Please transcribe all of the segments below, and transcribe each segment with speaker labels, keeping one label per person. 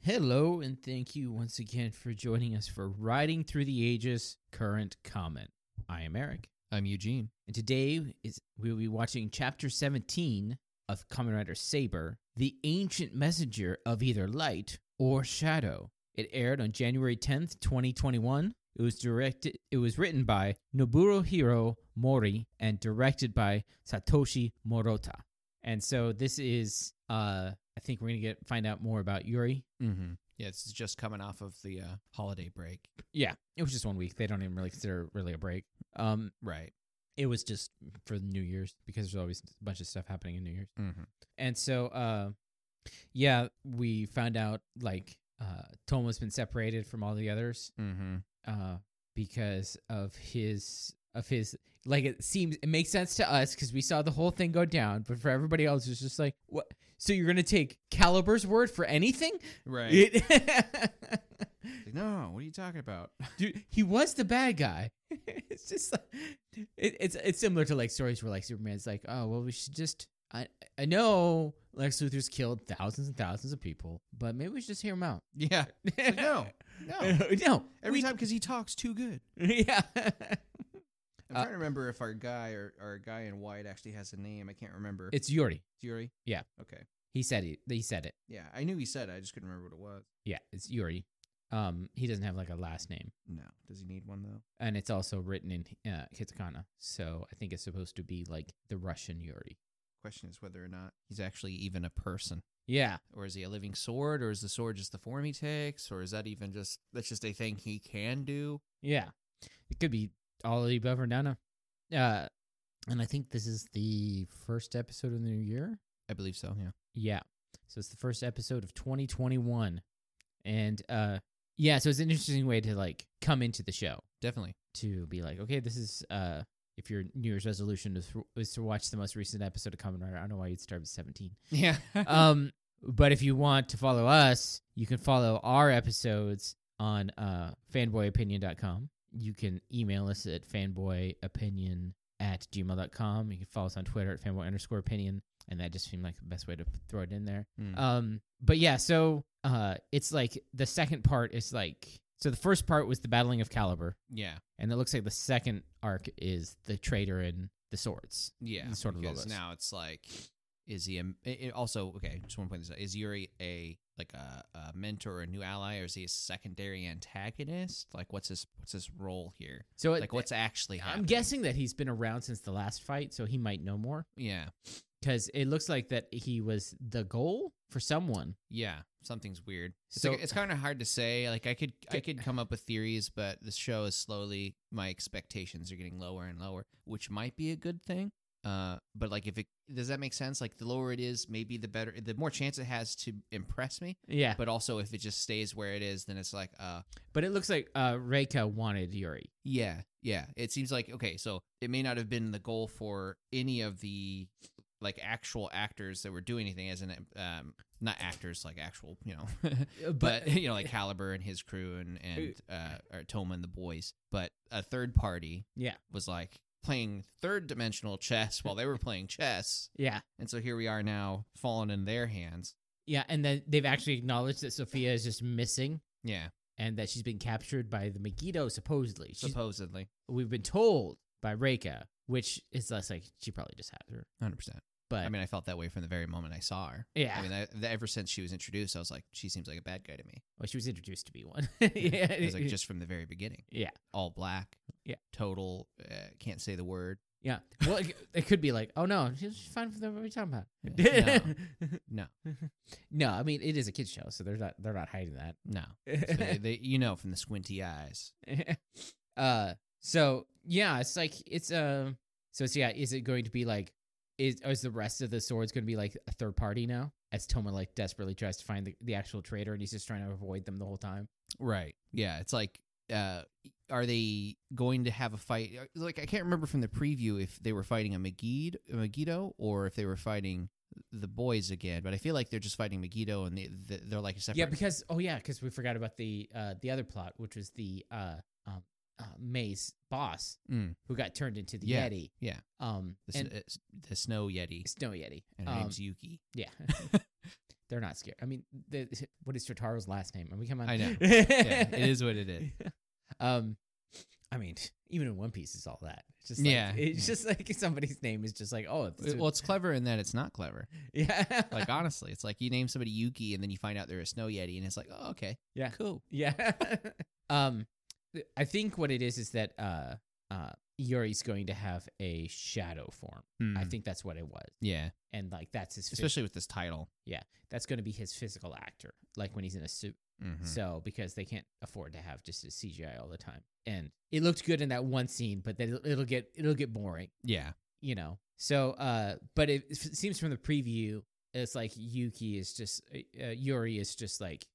Speaker 1: Hello, and thank you once again for joining us for Riding Through the Ages Current Comment. I am Eric,
Speaker 2: I'm Eugene.
Speaker 1: and today is we'll be watching Chapter 17 of Kamen Rider Saber, The Ancient Messenger of Either Light or Shadow. It aired on January 10th, 2021. It was directed it was written by Noburuhiro Mori and directed by Satoshi Morota. And so this is uh I think we're going to get find out more about Yuri
Speaker 2: Mm-hmm. Yeah, this is just coming off of the uh, holiday break,
Speaker 1: Yeah, it was just one week. They don't even really consider it really a break. Um,
Speaker 2: right?
Speaker 1: it was just for New Year's because there's always a bunch of stuff happening in New Year's.
Speaker 2: Mm-hmm.
Speaker 1: And so, uh, yeah, we found out like uh, Toma's been separated from all the others
Speaker 2: Mm-hmm.
Speaker 1: uh, because of his of his like it seems it makes sense to us because we saw the whole thing go down, but for everybody else, it's just like what. So you're gonna take Caliber's word for anything?
Speaker 2: Right.
Speaker 1: It-
Speaker 2: Like, no, what are you talking about?
Speaker 1: dude he was the bad guy it's just like, it, it's it's similar to like stories where like superman's like oh well we should just i i know lex luthor's killed thousands and thousands of people but maybe we should just hear him out
Speaker 2: yeah. Like, no.
Speaker 1: no
Speaker 2: No. Every
Speaker 1: we-
Speaker 2: time 'cause time because he talks too good.
Speaker 1: yeah
Speaker 2: I'm
Speaker 1: Uh,
Speaker 2: trying to remember if our guy or our guy in white actually has a name. I can't remember.
Speaker 1: it's yuri
Speaker 2: Yuri.
Speaker 1: yeah.
Speaker 2: Okay.
Speaker 1: he said it he said it
Speaker 2: Yeah, I knew he said it. I just couldn't remember what it was.
Speaker 1: yeah it's yuri um he doesn't have like a last name
Speaker 2: No. Does he need one though?
Speaker 1: and it's also written in uh, katakana so i think it's supposed to be like the russian yuri
Speaker 2: Question is whether or not he's actually even a person.
Speaker 1: yeah
Speaker 2: or is he a living sword or is the sword just the form he takes or is that even just that's just a thing he can do
Speaker 1: Yeah. It could be all of the above or none of. Uh, and I think this is the first episode of the new year.
Speaker 2: i believe so yeah
Speaker 1: Yeah. So it's the first episode of 2021. And uh, yeah, so it's an interesting way to like come into the show
Speaker 2: definitely
Speaker 1: to be like, okay, this is uh, if your New Year's resolution is, is to watch the most recent episode of Common Rider, I don't know why you'd start with 17
Speaker 2: yeah
Speaker 1: um, but if you want to follow us, you can follow our episodes on uh, fanboyopinion.com. You can email us at fanboyopinion at gmail.com. You can follow us on Twitter at fanboy underscore opinion. And that just seemed like the best way to p- throw it in there.
Speaker 2: Mm. Hmm.
Speaker 1: Um, but yeah, so uh, it's like the second part is like, so the first part was the battling of Caliber.
Speaker 2: yeah
Speaker 1: And it looks like the second arc is the traitor and the swords.
Speaker 2: yeah
Speaker 1: It's sort of
Speaker 2: because
Speaker 1: logos.
Speaker 2: now it's like is he a, i- i- also okay just want to point this out is yuri a like a, a mentor or a new ally or is he a secondary antagonist like what's his what's his role here
Speaker 1: So it,
Speaker 2: like what's actually happening
Speaker 1: I'm guessing that he's been around since the last fight, so he might know more.
Speaker 2: yeah
Speaker 1: because it looks like that he was the goal for someone.
Speaker 2: Yeah, something's weird. It's
Speaker 1: So-
Speaker 2: like, it's kind of hard to say. Like I could I could come up with theories, but the show is slowly my expectations are getting lower and lower, which might be a good thing. Uh, but like if it does that make sense? Like the lower it is, maybe the better, the more chance it has to impress me.
Speaker 1: Yeah, but,
Speaker 2: But also if it just stays where it is, then it's like uh,
Speaker 1: it looks like uh, Reika wanted Yuri.
Speaker 2: yeah, yeah. It seems like okay, so it may not have been the goal for any of the like actual actors that were doing anything, as in um, not actors like actual, you know. Uh, but you know like caliber and his crew and and uh or toma and the boys but a third party
Speaker 1: Yeah.
Speaker 2: was like playing third dimensional chess while they were playing chess
Speaker 1: yeah,
Speaker 2: and so here we are now falling in their hands
Speaker 1: yeah, and then they've actually acknowledged that Sophia is just missing
Speaker 2: yeah
Speaker 1: and that she's been captured by the Megiddo. Supposedly, she's,
Speaker 2: supposedly
Speaker 1: we've been told by Reika, which is less like she probably just had her.
Speaker 2: 100%
Speaker 1: But
Speaker 2: i mean i felt that way from the very moment i saw her
Speaker 1: yeah,
Speaker 2: i mean I, the, ever since she was introduced i was like she seems like a bad guy to me
Speaker 1: well, she was introduced to be one. yeah,
Speaker 2: it was like just from the very beginning
Speaker 1: yeah.
Speaker 2: all black
Speaker 1: Yeah.
Speaker 2: total uh, can't say the word
Speaker 1: Yeah. Well, it, it could be like, oh no, she's fine for the what are you talking about?
Speaker 2: No. no
Speaker 1: no, I mean it is a kids show, so they're not they're not hiding
Speaker 2: no so they,
Speaker 1: that.
Speaker 2: they, you know from the squinty eyes
Speaker 1: uh, so yeah, it's like it's um, so it's, yeah, is it going to be like, is or is the rest of the swords going to be like a third party now? As Toma like desperately tries to find the, the actual traitor, and he's just trying to avoid them the whole time.
Speaker 2: Right. Yeah. It's like, uh, are they going to have a fight? Uh, Like, I can't remember from the preview if they were fighting a Megiddo, a Megiddo or if they were fighting the boys again. But I feel like they're just fighting Megiddo, and they, they, they're like a separate.
Speaker 1: Yeah, because oh yeah, because we forgot about the uh the other plot, which was the uh um uh, May's boss
Speaker 2: Mm.
Speaker 1: who got turned into the
Speaker 2: Yeah,
Speaker 1: Yeti.
Speaker 2: yeah.
Speaker 1: Um,
Speaker 2: the, s
Speaker 1: and
Speaker 2: uh, s- the snow yeti,
Speaker 1: Snow Yeti.
Speaker 2: and her
Speaker 1: Um,
Speaker 2: name's Yuki.
Speaker 1: yeah. They're not scared. I mean, the, what is Totaro's last name? I mean, come on.
Speaker 2: I know. yeah, it is what it is.
Speaker 1: Um, I mean, even in One Piece, it's all that. It's just
Speaker 2: Yeah.
Speaker 1: Like, it's just like somebody's name is just like oh, it's,
Speaker 2: Well, it's clever in that it's not clever.
Speaker 1: yeah,
Speaker 2: Like honestly, it's like you name somebody Yuki and then you find out they're a snow yeti and it's like, oh okay,
Speaker 1: Yeah.
Speaker 2: cool.
Speaker 1: Yeah. um, th- I think what it is is that uh, uh, Yuri's going to have a shadow form. I
Speaker 2: Hmm.
Speaker 1: think that's what it was,
Speaker 2: yeah,
Speaker 1: and like that's his. phys-
Speaker 2: especially with this title.
Speaker 1: that's going to be his physical actor, like when he's in a suit.
Speaker 2: Mhm.
Speaker 1: So because they can't afford to have just a CGI all the time, and it looked good in that one scene, but then it'll, it'll get it'll get boring,
Speaker 2: Yeah,
Speaker 1: you know. So, uh, but it, it seems from the preview, it's like Yuki is just uh, Yuri is just like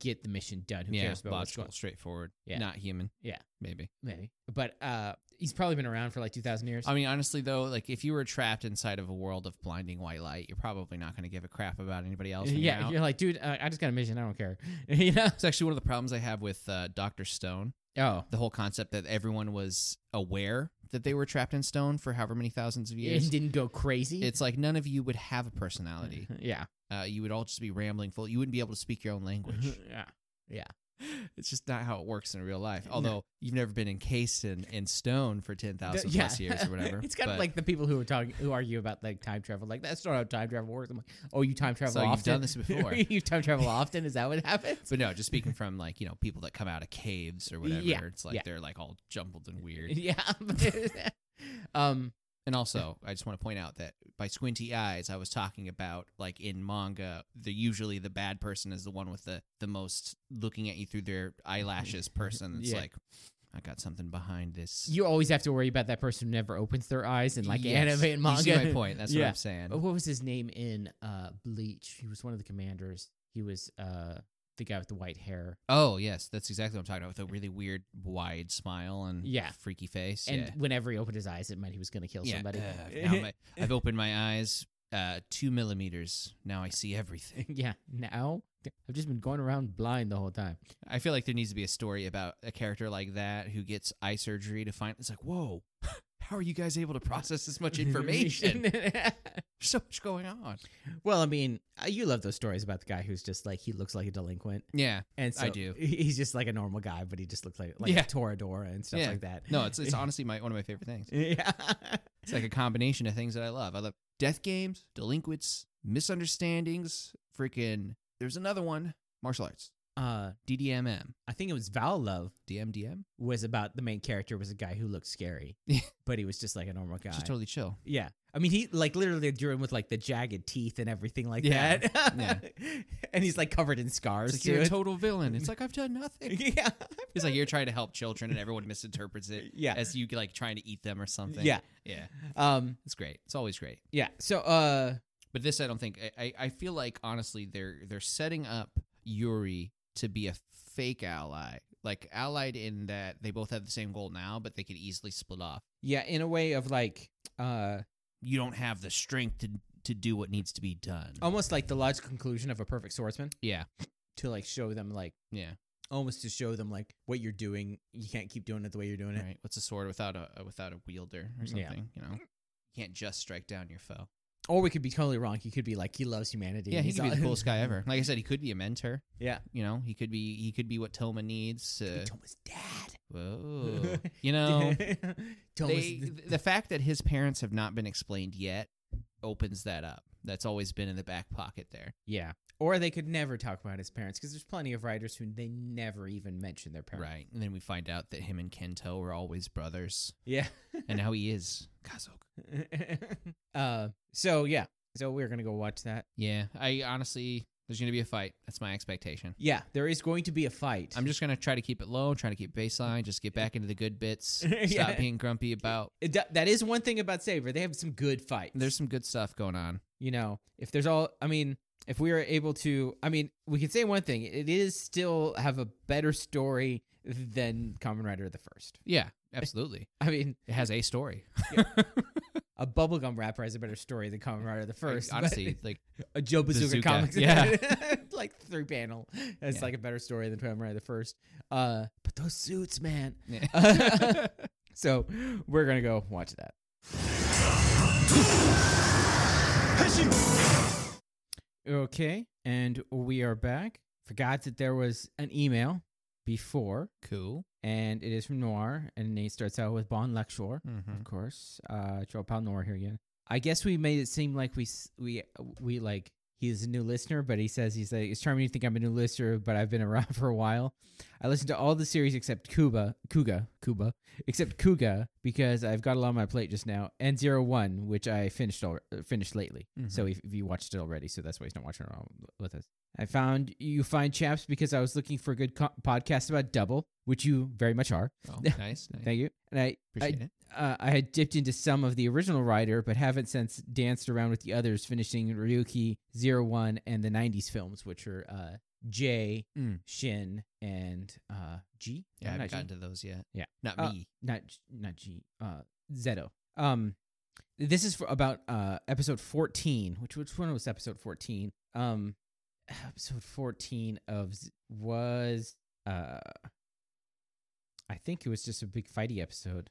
Speaker 1: get the mission done. Who
Speaker 2: yeah,
Speaker 1: cares about what's
Speaker 2: logical,
Speaker 1: going?
Speaker 2: straightforward.
Speaker 1: Yeah.
Speaker 2: not human.
Speaker 1: Yeah.
Speaker 2: maybe.
Speaker 1: maybe. But uh, he's probably been around for like two thousand years.
Speaker 2: I mean, honestly though, like if you were trapped inside of a world of blinding white light, you're probably not going to give a crap about anybody else. hanging
Speaker 1: yeah,
Speaker 2: out.
Speaker 1: you're like, dude, uh, I just got a mission. I don't care. you know?
Speaker 2: It's actually one of the problems I have with uh, Doctor Stone.
Speaker 1: Oh,
Speaker 2: The whole concept that everyone was aware that they were trapped in stone for however many thousands of
Speaker 1: it
Speaker 2: years.
Speaker 1: didn't go crazy.
Speaker 2: It's like none of you would have a personality.
Speaker 1: yeah,
Speaker 2: Uh, you would all just be rambling full. You wouldn't be able to speak your own language.
Speaker 1: yeah,
Speaker 2: it's just not how it works in real life.
Speaker 1: No.
Speaker 2: Although you've never been encased in, in stone for 10,000
Speaker 1: Yeah.
Speaker 2: plus uh, years or whatever.
Speaker 1: It's kind
Speaker 2: but-
Speaker 1: of like the people who are talking, who argue about like time travel. Like that's not how time travel works. I'm like, oh, you time travel
Speaker 2: So you've
Speaker 1: often.
Speaker 2: done this before.
Speaker 1: you time travel often. Is that what happens?
Speaker 2: But no, just speaking from like, you know, people that come out of caves or whatever,
Speaker 1: Yeah,
Speaker 2: it's like
Speaker 1: yeah.
Speaker 2: they're like all jumbled and weird.
Speaker 1: yeah. um.
Speaker 2: And also, I just want to point out that by squinty eyes, I was talking about like in manga, the usually the bad person is the one with the the most looking at you through their eyelashes person. It's
Speaker 1: Yeah.
Speaker 2: like I got something behind this.
Speaker 1: You always have to worry about that person who never opens their eyes and like
Speaker 2: Yes.
Speaker 1: anime and manga.
Speaker 2: You see my point. That's what
Speaker 1: Yeah.
Speaker 2: I'm saying.
Speaker 1: Oh, what was his name in uh, Bleach? He was one of the commanders. He was uh, the guy with the white hair.
Speaker 2: Oh yes, that's exactly what I'm talking about. With a really weird wide smile and
Speaker 1: Yeah.
Speaker 2: freaky face.
Speaker 1: And
Speaker 2: yeah.
Speaker 1: whenever he opened his eyes, it meant he was going to kill
Speaker 2: Yeah,
Speaker 1: somebody.
Speaker 2: uh, now my, I've opened my eyes uh, two millimeters. Now I see everything.
Speaker 1: yeah. Now I've just been going around blind the whole time.
Speaker 2: I feel like there needs to be a story about a character like that who gets eye surgery to find. It's like, whoa, how are you guys able to process this much information? There's so much going on.
Speaker 1: well, I mean, uh, you love those stories about the guy who's just like he looks like a delinquent,
Speaker 2: Yeah,
Speaker 1: and so
Speaker 2: I do.
Speaker 1: he- He's just like a normal guy, but he just looks like like
Speaker 2: Yeah.
Speaker 1: Toradora and stuff
Speaker 2: Yeah.
Speaker 1: like that.
Speaker 2: no, it's it's honestly my one of my favorite things.
Speaker 1: yeah.
Speaker 2: It's like a combination of things that I love. I love death games, delinquents, misunderstandings, freaking. There's another one, martial arts,
Speaker 1: Uh,
Speaker 2: DDMM,
Speaker 1: I think it was Val Love
Speaker 2: DMDM.
Speaker 1: was about the main character was a guy who looked scary,
Speaker 2: Yeah.
Speaker 1: but he was just like a normal guy.
Speaker 2: It's Just totally chill.
Speaker 1: Yeah. I mean, he like literally drew him with like the jagged teeth and everything like
Speaker 2: Yeah.
Speaker 1: that. and he's like covered in scars.
Speaker 2: It's like you're a
Speaker 1: too.
Speaker 2: total villain. It's like I've done nothing.
Speaker 1: yeah.
Speaker 2: It's like you're trying to help children and everyone misinterprets it
Speaker 1: Yeah.
Speaker 2: as you like trying to eat them or something.
Speaker 1: Yeah.
Speaker 2: Yeah.
Speaker 1: Um,
Speaker 2: It's great. It's always great.
Speaker 1: yeah. So, uh,
Speaker 2: But this I don't think I, I, I feel like honestly they're they're setting up Yuri to be a fake ally. Like allied in that they both have the same goal now, but they could easily split off.
Speaker 1: yeah, in a way of like, uh,
Speaker 2: You don't have the strength to to do what needs to be done.
Speaker 1: almost like the logical conclusion of a perfect swordsman
Speaker 2: Yeah.
Speaker 1: to like show them like,
Speaker 2: Yeah.
Speaker 1: almost to show them like what you're doing. You can't keep doing it the way you're doing it.
Speaker 2: Right. What's a sword without a without a wielder or
Speaker 1: Yeah.
Speaker 2: something, you know? You can't just strike down your foe.
Speaker 1: Or we could be totally wrong. He could be like, he loves humanity.
Speaker 2: Yeah,
Speaker 1: and
Speaker 2: he
Speaker 1: he's
Speaker 2: could be
Speaker 1: all-
Speaker 2: the coolest guy ever. Like I said, he could be a mentor.
Speaker 1: Yeah.
Speaker 2: You know, he could be he could be what Toma needs. To,
Speaker 1: Thomas' dad.
Speaker 2: whoa, you know,
Speaker 1: Thomas.
Speaker 2: they, the fact that his parents have not been explained yet opens that up. That's always been in the back pocket there.
Speaker 1: Yeah. Or they could never talk about his parents because there's plenty of writers who they never even mention their parents.
Speaker 2: Right, and then we find out that him and Kento were always brothers,
Speaker 1: Yeah.
Speaker 2: and now he is Kazoku.
Speaker 1: uh, so, yeah. So we're going to go watch that.
Speaker 2: Yeah, I honestly, there's gonna be a fight. That's my expectation.
Speaker 1: Yeah. There is going to be a fight.
Speaker 2: I'm just gonna try to keep it low, try to keep baseline, just get back into the good bits.
Speaker 1: Yeah.
Speaker 2: Stop being grumpy about.
Speaker 1: It- that- that is one thing about Saber. They have some good fights.
Speaker 2: There's some good stuff going on.
Speaker 1: you know, if there's all, I mean, if we are able to, I mean, we can say one thing. It is still have a better story than Common Rider the First.
Speaker 2: Yeah, absolutely.
Speaker 1: I mean,
Speaker 2: It has a story.
Speaker 1: a bubblegum rapper has a better story than Common Rider the First. but-
Speaker 2: honestly, like
Speaker 1: a Joe Bazooka,
Speaker 2: Bazooka,
Speaker 1: comics.
Speaker 2: yeah.
Speaker 1: like three panel. It's
Speaker 2: Yeah.
Speaker 1: like a better story than Tomb Raider the first. Uh, but those suits, man.
Speaker 2: Yeah.
Speaker 1: so we're gonna go watch that. Okay. And we are back. Forgot that there was an email before,
Speaker 2: Cool.
Speaker 1: and it is from Noir, and it starts out with Bon Lecture,
Speaker 2: Mm-hmm.
Speaker 1: of course. Uh, Joe Pal Noir here again. I guess we made it seem like we s- we we like he's a new listener, but he says he's like it's charming to think I'm a new listener, but I've been around for a while. I listened to all the series except Cuba, Kuga, Cuba, except Kuga because I've got a lot on my plate just now, and Zero One, which I finished al- uh, finished lately.
Speaker 2: Mm-hmm.
Speaker 1: So if, if you watched it already, so that's why he's not watching around with us. I found you find chaps because I was looking for a good co- podcast about double, which you very much are.
Speaker 2: Oh, nice. nice.
Speaker 1: Thank you. And I
Speaker 2: Appreciate it.
Speaker 1: uh, I had dipped into some of the original writer, but haven't since danced around with the others, finishing Ryuki, Zero One, and the 90s films, which are uh, J,
Speaker 2: Mm.
Speaker 1: Shin, and uh, G.
Speaker 2: Yeah,
Speaker 1: No,
Speaker 2: I haven't
Speaker 1: not, G.
Speaker 2: gotten to those yet.
Speaker 1: Yeah.
Speaker 2: Not
Speaker 1: Uh,
Speaker 2: me.
Speaker 1: not not G, uh, Zeto. Um, this is for about uh, episode 14, which which one was episode 14? Um, episode 14 of Z- was uh, I think it was just a big fighty episode.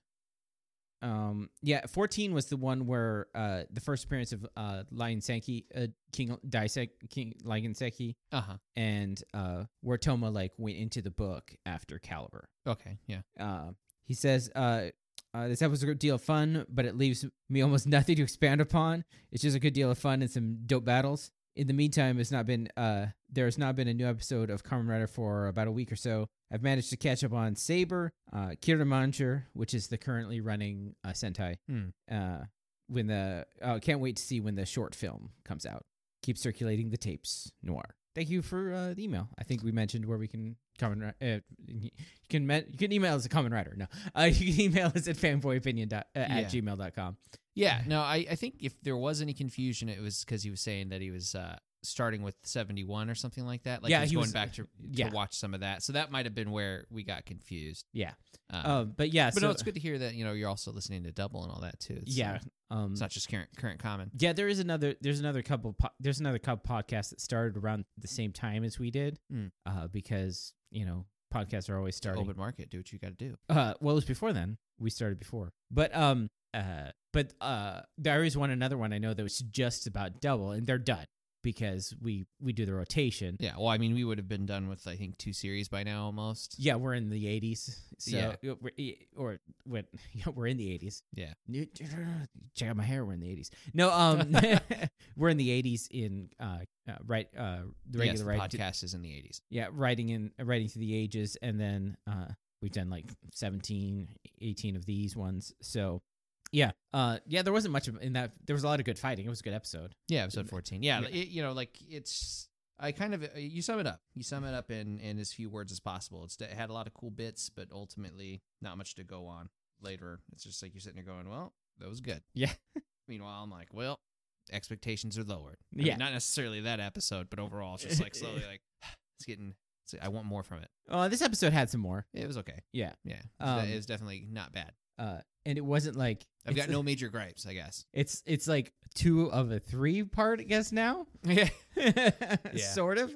Speaker 1: Um, yeah, 14 was the one where uh, the first appearance of uh, Lion Sankey, uh, King Daisek, King Lion Sankey,
Speaker 2: Uh huh.
Speaker 1: and uh, where Toma like went into the book after Caliber.
Speaker 2: Okay. Yeah.
Speaker 1: Uh, he says, uh, uh, this episode was a good deal of fun, but it leaves me almost nothing to expand upon. It's just a good deal of fun and some dope battles. In the meantime, it's not been uh, there has not been a new episode of Kamen Rider for about a week or so. I've managed to catch up on Saber, uh, Kiramanger, which is the currently running uh, Sentai.
Speaker 2: Hmm.
Speaker 1: Uh, when the uh, can't wait to see when the short film comes out. Keep circulating the tapes, Noir. Thank you for uh, the email. I think we mentioned where we can Kamen Rider. Uh, you can me- you can email us at common writer. No, uh, you can email us at fanboyopinion dot, uh,
Speaker 2: Yeah.
Speaker 1: at gmail dot com.
Speaker 2: Yeah. No, I, I think if there was any confusion, it was because he was saying that he was uh, starting with 71 or something like that. Like
Speaker 1: Yeah,
Speaker 2: he was
Speaker 1: he
Speaker 2: going
Speaker 1: was-
Speaker 2: back to, to
Speaker 1: yeah.
Speaker 2: watch some of that. So that might have been where we got confused.
Speaker 1: Yeah.
Speaker 2: Um,
Speaker 1: Um, but yeah, so,
Speaker 2: but no, it's good to hear that, you know, you're also listening to Double and all that too. It's,
Speaker 1: Yeah,
Speaker 2: uh,
Speaker 1: um,
Speaker 2: It's not just current, current common.
Speaker 1: yeah. There is another. There's another couple. Po- there's another couple podcasts that started around the same time as we did,
Speaker 2: Mm.
Speaker 1: uh, because you know podcasts are always starting.
Speaker 2: Open market. Do what you got to do.
Speaker 1: uh, well, it was before then. We started before, but um, uh, but uh, there is one another one I know that was just about double, and they're done because we we do the rotation.
Speaker 2: Yeah. Well, I mean, we would have been done with, I think, two series by now almost.
Speaker 1: Yeah, we're in the eighties. So
Speaker 2: Yeah.
Speaker 1: yeah. we're, e- or when yeah, we're in the eighties.
Speaker 2: Yeah.
Speaker 1: New- Check out my hair. We're in the eighties. No, um, we're in the eighties in uh, uh right uh the
Speaker 2: Yes,
Speaker 1: regular
Speaker 2: the
Speaker 1: writing.
Speaker 2: podcast is in the 80s.
Speaker 1: yeah, writing in writing through the ages, and then uh we've done like 17, 18 of these ones. So yeah, uh, yeah, there wasn't much of in that. There was a lot of good fighting. It was a good episode.
Speaker 2: Yeah, episode fourteen. Yeah,
Speaker 1: Yeah.
Speaker 2: It, you know, like it's. I kind of uh, you sum it up. You sum it up in in as few words as possible. It's it had a lot of cool bits, but ultimately not much to go on later. It's just like you're sitting there going, "Well, that was good."
Speaker 1: Yeah.
Speaker 2: Meanwhile, I'm like, "Well, expectations are lowered." I
Speaker 1: Yeah.
Speaker 2: Mean, not necessarily that episode, but overall, it's just like slowly like it's getting. it's- I want more from it.
Speaker 1: Uh, this episode had some more.
Speaker 2: It was okay.
Speaker 1: Yeah.
Speaker 2: Yeah.
Speaker 1: Um,
Speaker 2: it was definitely not bad.
Speaker 1: Uh, and it wasn't like
Speaker 2: I've got
Speaker 1: it's-
Speaker 2: no major gripes, I guess.
Speaker 1: It's it's like two of a three part, I guess now.
Speaker 2: Yeah.
Speaker 1: sort of.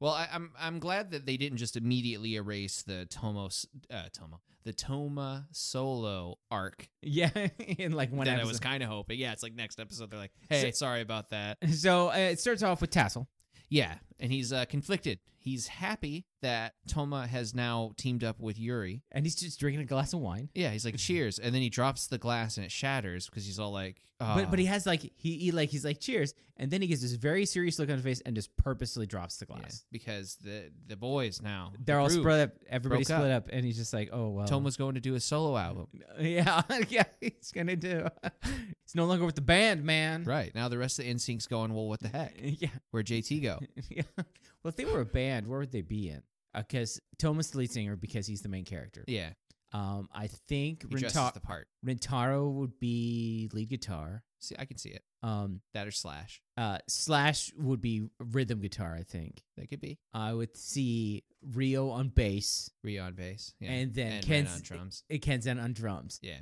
Speaker 2: Well, I, I'm I'm glad that they didn't just immediately erase the Tomos uh, Tomo the Toma solo arc
Speaker 1: yeah, in like one
Speaker 2: that I was
Speaker 1: episode.
Speaker 2: kind of hoping. Yeah, it's like next episode they're like, hey, sorry about that.
Speaker 1: so uh, it starts off with Tassel.
Speaker 2: Yeah, and he's uh, conflicted. He's happy that Toma has now teamed up with Yuri.
Speaker 1: And he's just drinking a glass of wine,
Speaker 2: Yeah, he's like, cheers, and then he drops the glass and it shatters because he's all like, oh.
Speaker 1: but but he has like he, he like he's like cheers, and then he gets this very serious look on his face and just purposely drops the glass.
Speaker 2: because the the boys now
Speaker 1: They're all
Speaker 2: approve.
Speaker 1: split up. Everybody
Speaker 2: Broke up.
Speaker 1: split up. and he's just like, oh well.
Speaker 2: Toma's going to do a
Speaker 1: Oh
Speaker 2: solo album.
Speaker 1: yeah, yeah, he's gonna do. he's no longer with the band, man.
Speaker 2: Right now, the rest of the instincts going. Well, what the heck?
Speaker 1: Yeah,
Speaker 2: Where'd JT go?
Speaker 1: yeah. Well, if they were a band, where would they be in? Because Thomas the lead singer, because he's the main character.
Speaker 2: Yeah,
Speaker 1: Um, I think
Speaker 2: he dresses
Speaker 1: Renta-
Speaker 2: the part.
Speaker 1: Rentaro would be lead guitar.
Speaker 2: See, I can see it.
Speaker 1: Um,
Speaker 2: That or Slash.
Speaker 1: uh, Slash would be rhythm guitar. I think
Speaker 2: That could be
Speaker 1: I would see Rio on bass
Speaker 2: Rio on bass. Yeah.
Speaker 1: and then
Speaker 2: and Ren
Speaker 1: Ken's
Speaker 2: on drums.
Speaker 1: uh, Kenzen on drums.
Speaker 2: Yeah.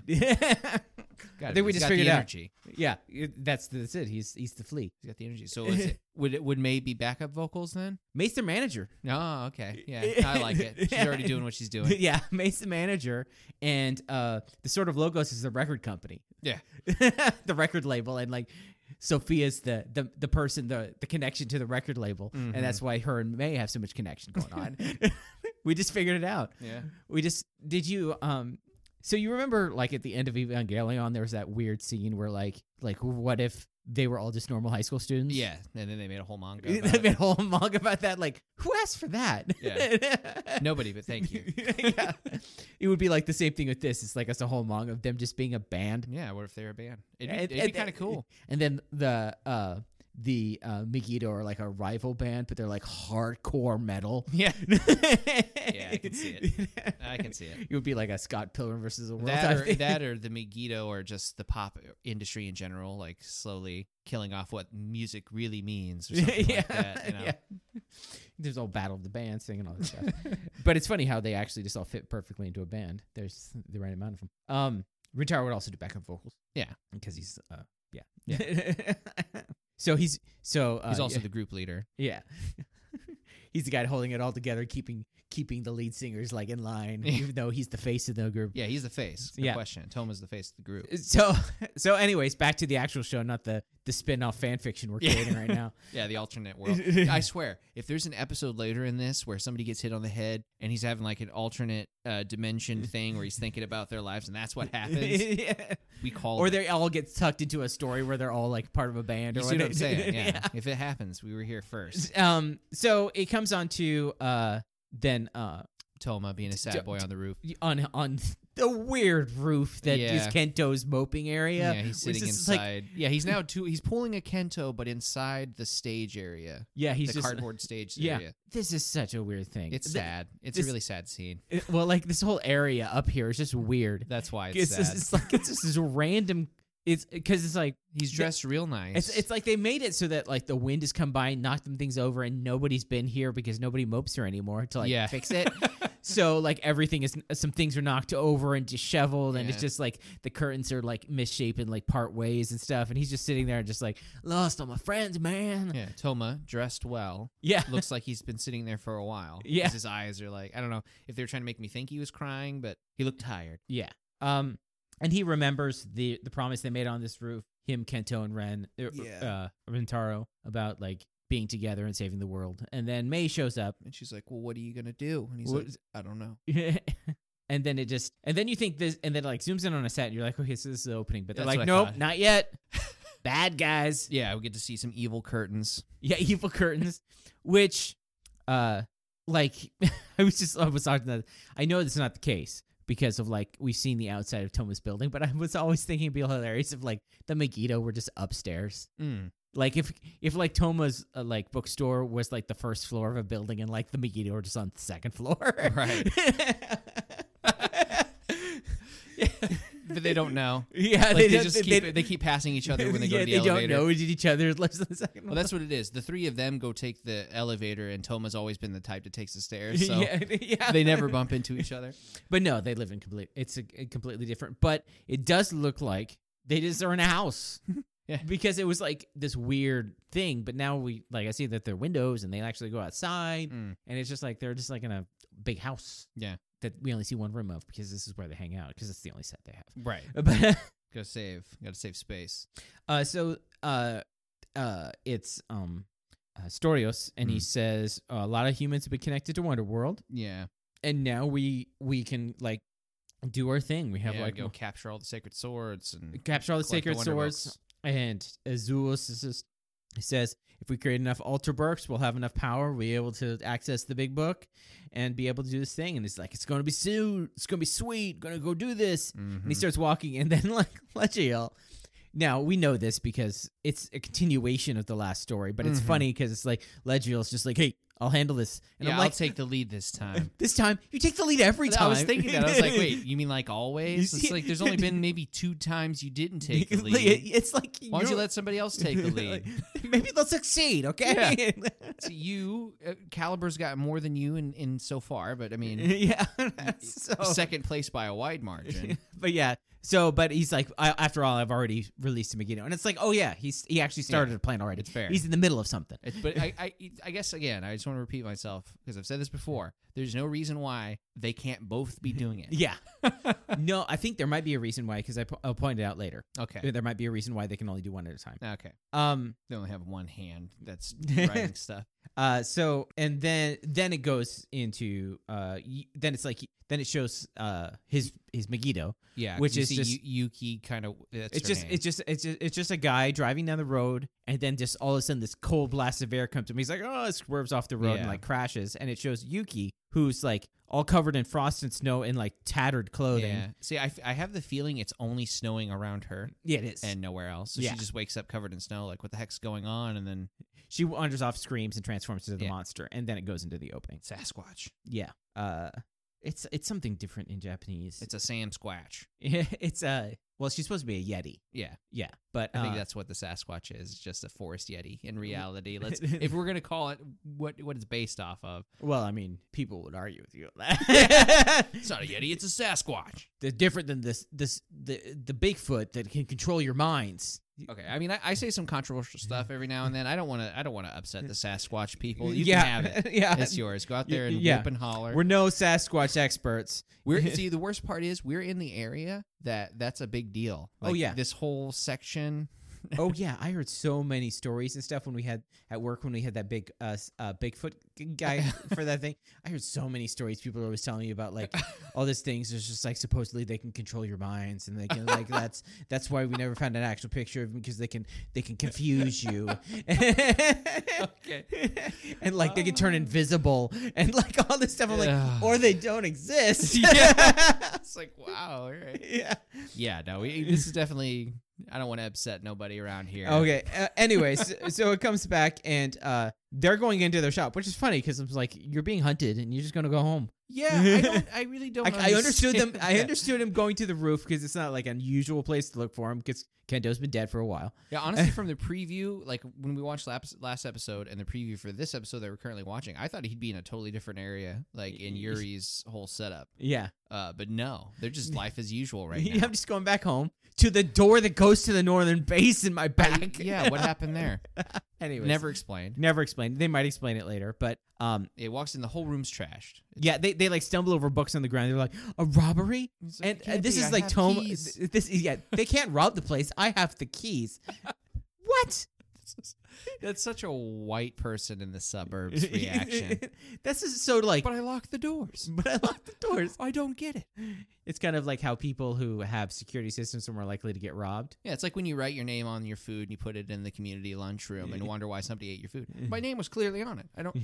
Speaker 1: I think we
Speaker 2: He's
Speaker 1: just
Speaker 2: got
Speaker 1: figured
Speaker 2: the
Speaker 1: it out.
Speaker 2: energy.
Speaker 1: Yeah, it- that's that's it. He's he's the flea.
Speaker 2: He's got the energy. So is it, would it would May be backup vocals then?
Speaker 1: Mace the manager.
Speaker 2: Oh, okay. Yeah, I like it. She's already doing what she's doing.
Speaker 1: yeah, Mace the manager, and uh, the sort of logos is the record company.
Speaker 2: Yeah.
Speaker 1: the record label, and like Sophia's the the, the person the the connection to the record label,
Speaker 2: Mhm.
Speaker 1: and that's why her and May have so much connection going on. we just figured it out.
Speaker 2: Yeah.
Speaker 1: We just did you um so you remember like at the end of Evangelion there was that weird scene where like like what if they were all just normal high school students?
Speaker 2: Yeah. And then they made a whole manga.
Speaker 1: They
Speaker 2: about
Speaker 1: made a
Speaker 2: it.
Speaker 1: whole manga about that. Like, who asked for that?
Speaker 2: Nobody, but thank you.
Speaker 1: yeah. It would be like the same thing with this. It's like it's a whole manga of them just being a band.
Speaker 2: Yeah. What if they're a band? It'd be,
Speaker 1: And-
Speaker 2: it'd be
Speaker 1: and-
Speaker 2: kind of cool.
Speaker 1: And then the uh the uh Megiddo are like a rival band, but they're like hardcore metal.
Speaker 2: Yeah.
Speaker 1: yeah,
Speaker 2: I can see
Speaker 1: it.
Speaker 2: I can see it.
Speaker 1: It would be like a Scott Pilgrim versus the World.
Speaker 2: That
Speaker 1: type
Speaker 2: or,
Speaker 1: thing.
Speaker 2: that or the Megiddo or just the pop industry in general, like slowly killing off what music really means or something like that. You know?
Speaker 1: yeah. There's all battle of the bands thing and all that stuff. but it's funny how they actually just all fit perfectly into a band. There's the right amount of them. Um, Rintaro would also do backup vocals.
Speaker 2: Yeah.
Speaker 1: because he's uh, yeah, so he's so uh,
Speaker 2: He's also
Speaker 1: yeah,
Speaker 2: the group leader.
Speaker 1: yeah. he's the guy holding it all together, keeping keeping the lead singers like in line,
Speaker 2: Yeah.
Speaker 1: even though he's the face of the group.
Speaker 2: Yeah, he's the face. Good
Speaker 1: Yeah.
Speaker 2: question. Toma's the face of the group.
Speaker 1: So so anyways, back to the actual show, not the the spin off fan fiction we're
Speaker 2: Yeah.
Speaker 1: creating right now.
Speaker 2: Yeah, the alternate world. I swear, if there's an episode later in this where somebody gets hit on the head and he's having like an alternate uh, dimension thing where he's thinking about their lives and that's what happens,
Speaker 1: Yeah.
Speaker 2: we call
Speaker 1: or
Speaker 2: it.
Speaker 1: they all get tucked into a story where they're all like part of a band
Speaker 2: You
Speaker 1: or
Speaker 2: see what I'm
Speaker 1: whatever.
Speaker 2: saying? Yeah. If it happens, we were here first.
Speaker 1: Yeah. Um. So it comes on to uh then uh
Speaker 2: Toma being a sad boy on the roof.
Speaker 1: on on the weird roof that is
Speaker 2: Yeah.
Speaker 1: Kento's moping area.
Speaker 2: Yeah, he's
Speaker 1: which
Speaker 2: sitting
Speaker 1: is just, like-
Speaker 2: inside. yeah, he's now too. He's pulling a kento, but inside the stage area,
Speaker 1: yeah, he's
Speaker 2: the
Speaker 1: just
Speaker 2: cardboard stage
Speaker 1: yeah.
Speaker 2: area.
Speaker 1: this is such a weird thing.
Speaker 2: It's
Speaker 1: Th-
Speaker 2: sad. It's
Speaker 1: this-
Speaker 2: a really sad scene.
Speaker 1: it- well, like this whole area up here is just weird.
Speaker 2: That's why it's,
Speaker 1: It's,
Speaker 2: sad.
Speaker 1: just, it's like it's just this random. It's because it's like
Speaker 2: he's dressed real nice.
Speaker 1: It's it's like they made it so that like the wind has come by and knocked them things over, and nobody's been here because nobody mopes here anymore to like
Speaker 2: Yeah.
Speaker 1: fix it. so like everything is some things are knocked over and disheveled, and it's
Speaker 2: Yeah.
Speaker 1: just like the curtains are like misshapen like part ways and stuff, and he's just sitting there just like lost all my friends, man.
Speaker 2: yeah, Toma dressed well.
Speaker 1: Yeah,
Speaker 2: looks like he's been sitting there for a while. 'cause
Speaker 1: Yeah.
Speaker 2: His eyes are like, I don't know if they were trying to make me think he was crying, but he looked tired.
Speaker 1: yeah. Um, and he remembers the the promise they made on this roof, him, Kento, and Ren, er,
Speaker 2: Yeah.
Speaker 1: uh, Rentaro about like being together and saving the world, and then May shows up.
Speaker 2: And she's like, Well, what are you going to do? And he's
Speaker 1: What-
Speaker 2: like, I don't know.
Speaker 1: and then it just and then you think this and then it, like zooms in on a set and you're like okay so this is the opening but they're
Speaker 2: That's
Speaker 1: like
Speaker 2: what I
Speaker 1: nope
Speaker 2: thought.
Speaker 1: not yet bad guys
Speaker 2: Yeah, we get to see some evil curtains.
Speaker 1: yeah evil curtains which uh like i was just i was talking that i know this is not the case because of like we've seen the outside of thomas building but i was always thinking it'd be hilarious if like the megiddo were just upstairs
Speaker 2: Mm.
Speaker 1: like if if like Toma's uh, like bookstore was like the first floor of a building and like the Megiddo were just on the second floor,
Speaker 2: Right. But they don't know.
Speaker 1: Yeah,
Speaker 2: Like,
Speaker 1: they,
Speaker 2: they,
Speaker 1: don't-
Speaker 2: just
Speaker 1: they-
Speaker 2: keep
Speaker 1: they-
Speaker 2: it, they keep passing each other when they go
Speaker 1: yeah,
Speaker 2: to the
Speaker 1: they
Speaker 2: elevator.
Speaker 1: don't know each other lives on the second
Speaker 2: Well,
Speaker 1: floor.
Speaker 2: that's what it is. The three of them go take the elevator, and Toma's always been the type that takes the stairs, so
Speaker 1: yeah, yeah.
Speaker 2: they never bump into each other.
Speaker 1: But no, they live in complete. It's a, a completely different. But it does look like they just are in a house.
Speaker 2: Yeah.
Speaker 1: Because it was like this weird thing, but now we like I see that they're windows and they actually go outside,
Speaker 2: Mm.
Speaker 1: and it's just like they're just like in a big house.
Speaker 2: Yeah.
Speaker 1: That we only see one room of because this is where they hang out because it's the only set they have.
Speaker 2: Right.
Speaker 1: But
Speaker 2: Gotta save. Gotta save space.
Speaker 1: uh, so uh, uh, it's um, uh, Storios, and he
Speaker 2: Hmm.
Speaker 1: says a lot of humans have been connected to Wonder World,
Speaker 2: Yeah.
Speaker 1: and now we we can like do our thing. We have
Speaker 2: yeah,
Speaker 1: like
Speaker 2: go capture all the sacred swords and
Speaker 1: capture all the
Speaker 2: collect the
Speaker 1: sacred
Speaker 2: Wonder
Speaker 1: swords.
Speaker 2: Books.
Speaker 1: And Azulus is just- he says, if we create enough altar burks, we'll have enough power. We'll be able to access the big book and be able to do this thing. And he's like, it's going to be soon. It's going to be sweet. Going to go do this. And he
Speaker 2: Mhm.
Speaker 1: starts walking, and then like Legiel. Now we know this because it's a continuation of the last story, but it's
Speaker 2: Mhm.
Speaker 1: funny 'cause funny because it's like Legiel's just like, "Hey, I'll handle this," and
Speaker 2: yeah,
Speaker 1: I'm like,
Speaker 2: I'll take the lead this time.
Speaker 1: "This time, you take the lead every time."
Speaker 2: I was thinking that. I was like, wait, you mean like always?
Speaker 1: You
Speaker 2: It's
Speaker 1: see-
Speaker 2: like there's only been maybe two times you didn't take the lead.
Speaker 1: It's like,
Speaker 2: Why don't you
Speaker 1: you're-
Speaker 2: let somebody else take the lead?
Speaker 1: Maybe they'll succeed. Okay.
Speaker 2: So you, uh, Caliber's got more than you in, in so far, but I mean,
Speaker 1: Yeah. so,
Speaker 2: second place by a wide margin.
Speaker 1: but yeah. So, but he's like, I, after all, I've already released him again, and it's like, oh yeah, he's he actually started a plan already.
Speaker 2: It's fair.
Speaker 1: He's in the middle of something.
Speaker 2: It's, but I, I, I guess again, I just want to repeat myself because I've said this before. There's no reason why they can't both be doing it.
Speaker 1: Yeah. no, I think there might be a reason why because I po- I'll point it out later.
Speaker 2: Okay.
Speaker 1: There might be a reason why they can only do one at a time.
Speaker 2: Okay.
Speaker 1: Um.
Speaker 2: They only have one hand that's writing stuff.
Speaker 1: Uh. So and then then it goes into uh. y- Then it's like then it shows uh his his Megiddo.
Speaker 2: Yeah.
Speaker 1: Which
Speaker 2: you
Speaker 1: is
Speaker 2: see
Speaker 1: just-
Speaker 2: Yu- Yuki kind of.
Speaker 1: it's just it's just it's just it's just a guy driving down the road and then just all of a sudden this cold blast of air comes to him. He's like, oh, it swerves off the road and
Speaker 2: Yeah.
Speaker 1: like crashes. And it shows Yuki who's like all covered in frost and snow and like tattered clothing.
Speaker 2: Yeah. See, I, f- I have the feeling it's only snowing around her
Speaker 1: Yeah, it is.
Speaker 2: and nowhere else. So
Speaker 1: Yeah.
Speaker 2: she just wakes up covered in snow, like what the heck's going on? And then
Speaker 1: she wanders off, screams, and transforms into the
Speaker 2: Yeah.
Speaker 1: monster. And then it goes into the opening.
Speaker 2: Sasquatch.
Speaker 1: Yeah. Uh, it's it's something different in Japanese.
Speaker 2: It's a Sam Squatch.
Speaker 1: It's it's uh well, she's supposed to be a yeti.
Speaker 2: Yeah,
Speaker 1: Yeah, but
Speaker 2: I think
Speaker 1: uh,
Speaker 2: that's what the Sasquatch is. Just a forest yeti. In reality, let's if we're gonna call it what what it's based off of.
Speaker 1: well, I mean, people would argue with you on that.
Speaker 2: It's not a yeti. It's a Sasquatch.
Speaker 1: They're different than this this the the Bigfoot that can control your minds.
Speaker 2: Okay, I mean, I, I say some controversial stuff every now and then. I don't want to. I don't want to upset the Sasquatch people. You
Speaker 1: yeah,
Speaker 2: can have it.
Speaker 1: yeah.
Speaker 2: It's yours. Go out there and
Speaker 1: Yeah.
Speaker 2: whoop and holler.
Speaker 1: We're no Sasquatch experts.
Speaker 2: We're see the worst part is we're in the area that that's a big deal.
Speaker 1: Oh, yeah.
Speaker 2: this whole section.
Speaker 1: oh yeah, I heard so many stories and stuff when we had at work when we had that big uh, s- uh Bigfoot g- guy for that thing. I heard so many stories. People are always telling me about like all these things. It's just like supposedly they can control your minds and they can like that's that's why we never found an actual picture of them because they can they can confuse you.
Speaker 2: Okay.
Speaker 1: and like they can turn invisible and like all this stuff. I'm
Speaker 2: Ugh.
Speaker 1: like, or they don't exist.
Speaker 2: Yeah. it's like wow. All right.
Speaker 1: yeah.
Speaker 2: Yeah, no, we, this is definitely. I don't want to upset nobody around here.
Speaker 1: Okay. Uh, anyways, so it comes back and uh, they're going into their shop, which is funny because it's like you're being hunted and you're just gonna go home.
Speaker 2: Yeah, I don't. I really don't.
Speaker 1: I, I understood them. I
Speaker 2: Yeah.
Speaker 1: understood him going to the roof because it's not like an usual place to look for him because Kendo's been dead for a while.
Speaker 2: Yeah, honestly, from the preview, like when we watched last, last episode and the preview for this episode that we're currently watching, I thought he'd be in a totally different area, like in Yuri's whole setup.
Speaker 1: Yeah.
Speaker 2: Uh, but no, they're just life as usual right now.
Speaker 1: I'm just going back home to the door that goes to the northern base in my back.
Speaker 2: yeah, what happened there?
Speaker 1: Anyways,
Speaker 2: Never explained.
Speaker 1: never explained. They might explain it later, but um,
Speaker 2: It walks in, the whole room's trashed.
Speaker 1: yeah, they, they like stumble over books on the ground. They're like a robbery.
Speaker 2: It's like,
Speaker 1: and
Speaker 2: "It
Speaker 1: uh,
Speaker 2: can't
Speaker 1: this
Speaker 2: be,
Speaker 1: is
Speaker 2: I
Speaker 1: like
Speaker 2: have
Speaker 1: Tom.
Speaker 2: keys."
Speaker 1: th- This is yeah. They can't rob the place. I have the keys. what?
Speaker 2: That's such a white person in the suburbs reaction.
Speaker 1: this is so like.
Speaker 2: but I locked the doors.
Speaker 1: But I locked the doors.
Speaker 2: I don't get it.
Speaker 1: It's kind of like how people who have security systems are more likely to get robbed.
Speaker 2: Yeah, it's like when you write your name on your food and you put it in the community lunchroom and wonder why somebody ate your food. My name was clearly on it. I don't.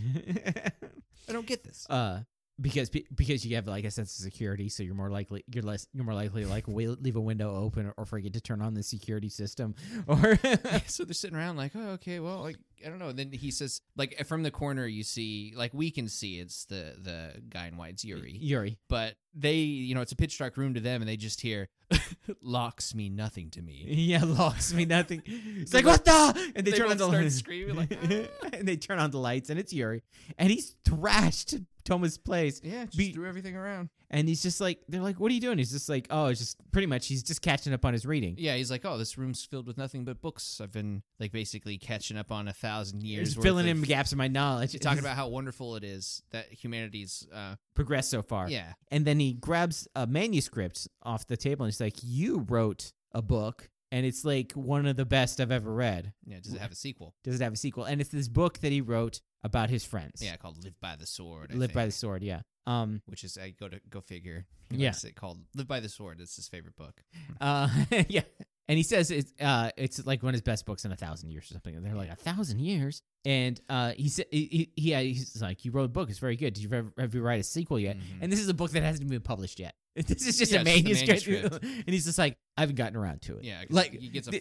Speaker 2: I don't get this.
Speaker 1: uh, because pe- because you have like a sense of security, so you're more likely you're less you're more likely to, like wa- leave a window open or, forget to turn on the security system or
Speaker 2: so they're sitting around like, oh, okay, well, like I don't know. And then he says, like uh, from the corner, you see, like we can see it's the the guy in white's Yuri,
Speaker 1: Yuri.
Speaker 2: but they, you know, it's a pitch dark room to them, and they just hear, "Locks mean nothing to me."
Speaker 1: Yeah, locks me nothing. It's
Speaker 2: They
Speaker 1: like what the? And they,
Speaker 2: they
Speaker 1: turn on the
Speaker 2: both start
Speaker 1: lights.
Speaker 2: screaming, like, "Ah!"
Speaker 1: and they turn on the lights, and it's Yuri, and he's thrashed to Thomas' place,
Speaker 2: Yeah, just
Speaker 1: Be-
Speaker 2: threw everything around.
Speaker 1: and he's just like, they're like, "What are you doing?" He's just like, "Oh, it's just pretty much he's just catching up on his reading."
Speaker 2: Yeah, he's like, "Oh, this room's filled with nothing but books. I've been like basically catching up on a thousand years."
Speaker 1: He's
Speaker 2: worth
Speaker 1: filling
Speaker 2: of-
Speaker 1: in gaps in my knowledge.
Speaker 2: You're talking about how wonderful it is that humanity's, uh,
Speaker 1: progress so far,
Speaker 2: yeah,
Speaker 1: and then he grabs a manuscript off the table, and he's like, "You wrote a book." And it's like one of the best I've ever read.
Speaker 2: yeah. Does it have a sequel?
Speaker 1: Does it have a sequel? And it's this book that he wrote about his friends.
Speaker 2: Yeah, called "Live by the Sword." I
Speaker 1: Live by
Speaker 2: think.
Speaker 1: the Sword. Yeah. Um.
Speaker 2: which is I go to go figure.
Speaker 1: Yeah.
Speaker 2: Yeah, it called "Live by the Sword." It's his favorite book.
Speaker 1: Uh, yeah. And he says it's uh it's like one of his best books in a thousand years or something. And they're like a thousand years. And uh he said he, he, he- he's like you wrote a book. It's very good. Did you ever, have you write a sequel yet?
Speaker 2: Mhm.
Speaker 1: And this is a book that hasn't been published yet. This is just
Speaker 2: Yeah,
Speaker 1: a
Speaker 2: it's just a
Speaker 1: manuscript.
Speaker 2: manuscript.
Speaker 1: and he's just like I haven't gotten around to it.
Speaker 2: Yeah,
Speaker 1: Like,
Speaker 2: like he gets a
Speaker 1: the-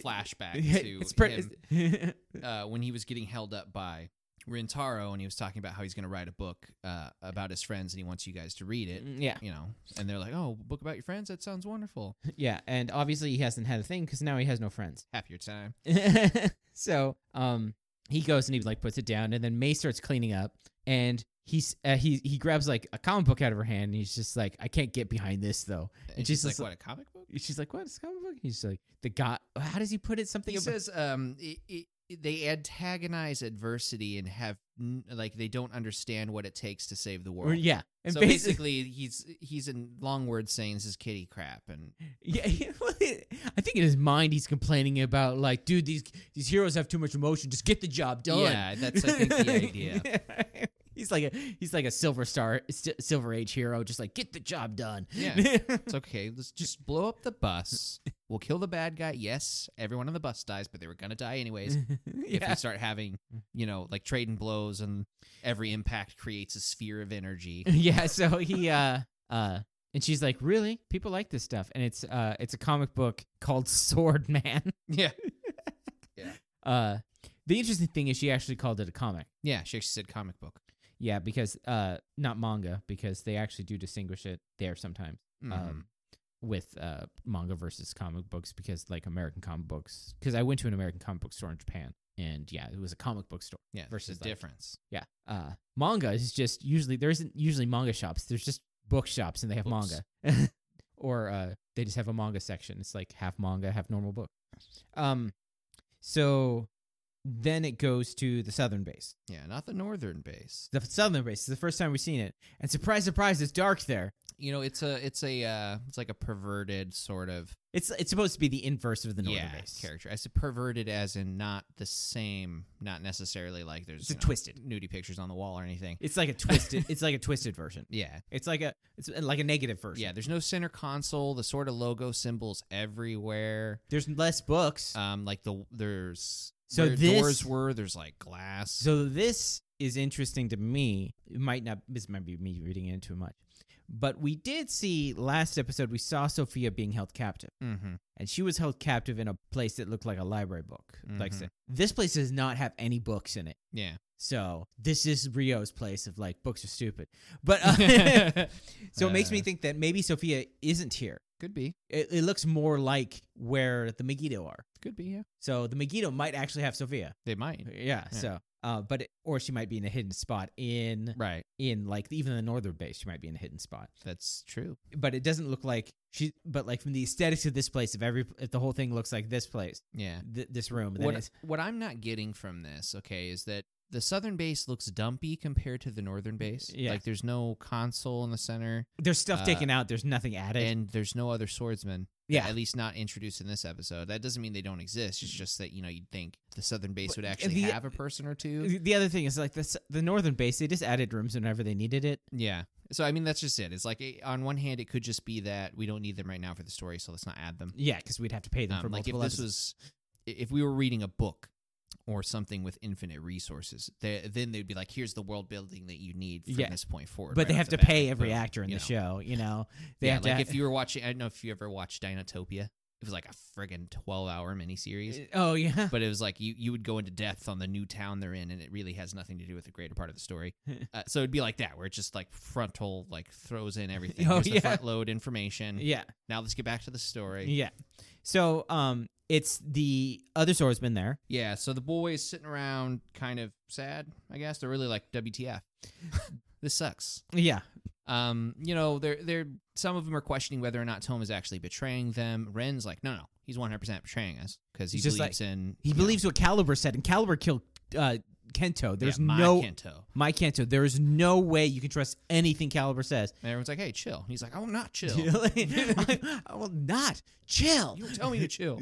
Speaker 2: flashback to
Speaker 1: it's pretty.
Speaker 2: him, uh, when he was getting held up by Rintaro, and he was talking about how he's going to write a book uh, about his friends, and he wants you guys to read it.
Speaker 1: yeah,
Speaker 2: You know, and they're like, "Oh, book about your friends? That sounds wonderful.
Speaker 1: yeah. And obviously he hasn't had a thing because now he has no friends.
Speaker 2: Happier time."
Speaker 1: so um he goes and he like puts it down and then May starts cleaning up and he's uh, he he grabs like a comic book out of her hand and he's just like I can't get behind this though.
Speaker 2: And
Speaker 1: It's
Speaker 2: she's
Speaker 1: just
Speaker 2: like,
Speaker 1: this-
Speaker 2: "What a comic book?"
Speaker 1: She's like, "What? It's a comic book?" He's like, "The god." How does he put it? Something
Speaker 2: He
Speaker 1: about
Speaker 2: says um, i i they antagonize adversity and have n- like they don't understand what it takes to save the
Speaker 1: or,
Speaker 2: world.
Speaker 1: yeah, and
Speaker 2: so
Speaker 1: basically,
Speaker 2: basically, he's he's in long words saying this is kitty crap, and
Speaker 1: yeah. he- well, he- I think in his mind he's complaining about like, dude, these these heroes have too much emotion. Just get the job done.
Speaker 2: yeah, that's I think the idea.
Speaker 1: he's like a he's like a silver star, si- silver age hero. Just like get the job done.
Speaker 2: Yeah. It's okay. Let's just blow up the bus. We'll kill the bad guy. Yes, everyone on the bus dies, but they were gonna die anyways. If
Speaker 1: Yeah.
Speaker 2: we start having, you know, like trading blows, and every impact creates a sphere of energy.
Speaker 1: yeah so he uh uh and she's like really people like this stuff and it's uh it's a comic book called sword man
Speaker 2: yeah,
Speaker 1: uh the interesting thing is she actually called it a comic
Speaker 2: yeah. She actually said comic book.
Speaker 1: yeah because uh not manga because they actually do distinguish it there sometimes
Speaker 2: Mhm.
Speaker 1: um with uh manga versus comic books because like american comic books because i went to an american comic book store in japan and yeah it was a comic book store
Speaker 2: yeah,
Speaker 1: versus,
Speaker 2: versus
Speaker 1: like-
Speaker 2: difference.
Speaker 1: yeah uh manga is just usually there isn't usually manga shops there's just bookshops and they have
Speaker 2: Books.
Speaker 1: manga or uh they just have a manga section it's like half manga half normal book um so then it goes to the southern base
Speaker 2: Yeah, not the northern base.
Speaker 1: the southern base is the first time we've seen it and surprise surprise it's dark there
Speaker 2: You know, it's a it's a uh, it's like a perverted sort of
Speaker 1: it's it's supposed to be the inverse of the northern
Speaker 2: yeah,
Speaker 1: base
Speaker 2: character. I said perverted as in not the same, not necessarily like there's
Speaker 1: It's a
Speaker 2: you know,
Speaker 1: twisted.
Speaker 2: nudie pictures on the wall or anything.
Speaker 1: it's like a twisted it's like a twisted version
Speaker 2: Yeah,
Speaker 1: it's like a it's like a negative version
Speaker 2: yeah. There's no center console. The sort of logo symbols everywhere.
Speaker 1: there's less books
Speaker 2: Um, like the there's
Speaker 1: So
Speaker 2: where
Speaker 1: this-
Speaker 2: doors were there's like glass.
Speaker 1: So this is interesting to me. It might not. This might be me reading into it much, but we did see last episode. We saw Sophia being held captive,
Speaker 2: mm-hmm.
Speaker 1: and she was held captive in a place that looked like a library book. Like
Speaker 2: Mhm.
Speaker 1: sa- this place does not have any books in it.
Speaker 2: Yeah,
Speaker 1: So this is Rio's place of like books are stupid, but uh, so it makes me
Speaker 2: Uh.
Speaker 1: think that maybe Sophia isn't here.
Speaker 2: could be,
Speaker 1: It, it looks more like where the Megiddo are.
Speaker 2: could be. Yeah,
Speaker 1: So the Megiddo might actually have Sophia.
Speaker 2: they might.
Speaker 1: Yeah.
Speaker 2: Yeah.
Speaker 1: So, uh, but it, or she might be in a hidden spot in
Speaker 2: Right,
Speaker 1: in like even the northern base. She might be in a hidden spot,
Speaker 2: that's true.
Speaker 1: but it doesn't look like she. But like from the aesthetics of this place, if every if the whole thing looks like this place,
Speaker 2: Yeah.
Speaker 1: th- this room, then
Speaker 2: What,
Speaker 1: it's-
Speaker 2: what I'm not getting from this, okay, is that the southern base looks dumpy compared to the northern base.
Speaker 1: Yeah.
Speaker 2: Like there's no console in the center
Speaker 1: there's stuff
Speaker 2: uh,
Speaker 1: taken out. There's nothing added.
Speaker 2: and there's no other swordsman.
Speaker 1: yeah.
Speaker 2: At least not introduced in this episode. That doesn't mean they don't exist. It's just that, you know, you'd think the southern base
Speaker 1: But
Speaker 2: would actually
Speaker 1: the-
Speaker 2: have a person or two.
Speaker 1: The other thing is like this, the northern base. They just added rooms whenever they needed it.
Speaker 2: Yeah. So I mean that's just it. It's like eh, on one hand it could just be that we don't need them right now for the story, so let's not add them.
Speaker 1: Yeah, because we'd have to pay them for
Speaker 2: Um, like if
Speaker 1: multiple.
Speaker 2: this
Speaker 1: episodes.
Speaker 2: was i- if we were reading a book or something with infinite resources they, then they'd be like here's the world building that you need from
Speaker 1: Yeah.
Speaker 2: this point forward
Speaker 1: but
Speaker 2: right
Speaker 1: they
Speaker 2: off
Speaker 1: have
Speaker 2: the
Speaker 1: to
Speaker 2: bat,
Speaker 1: pay
Speaker 2: like,
Speaker 1: every
Speaker 2: boom,
Speaker 1: actor in
Speaker 2: you
Speaker 1: the
Speaker 2: know.
Speaker 1: show. You know, they
Speaker 2: yeah
Speaker 1: have to.
Speaker 2: like
Speaker 1: ha-
Speaker 2: if you were watching i don't know if you ever watched dinotopia it was like a friggin 12 hour miniseries
Speaker 1: oh yeah,
Speaker 2: but it was like you, you would go into depth on the new town they're in and it really has nothing to do with the greater part of the story uh, so it'd be like that where it just like frontal like throws in everything
Speaker 1: Oh,
Speaker 2: Here's
Speaker 1: yeah.
Speaker 2: the front load information
Speaker 1: yeah.
Speaker 2: now let's get back to the story
Speaker 1: Yeah. So um it's the other swordsman there.
Speaker 2: Yeah, so the boys sitting around kind of sad, I guess. They're really like WTF. this sucks.
Speaker 1: Yeah.
Speaker 2: Um, you know, they're they're some of them are questioning whether or not Tom is actually betraying them. Ren's like, "No, no. He's 100% betraying us because he
Speaker 1: He's just
Speaker 2: believes in
Speaker 1: He
Speaker 2: you know,
Speaker 1: believes what Caliber said, and Caliber killed uh Kento.
Speaker 2: yeah,
Speaker 1: There's
Speaker 2: my
Speaker 1: no
Speaker 2: Kento.
Speaker 1: my Kento. There is no way you can trust anything Caliber says.
Speaker 2: And everyone's like, "Hey, chill." And he's like, "I will not chill. you
Speaker 1: I, I will not chill.
Speaker 2: don't tell me to chill.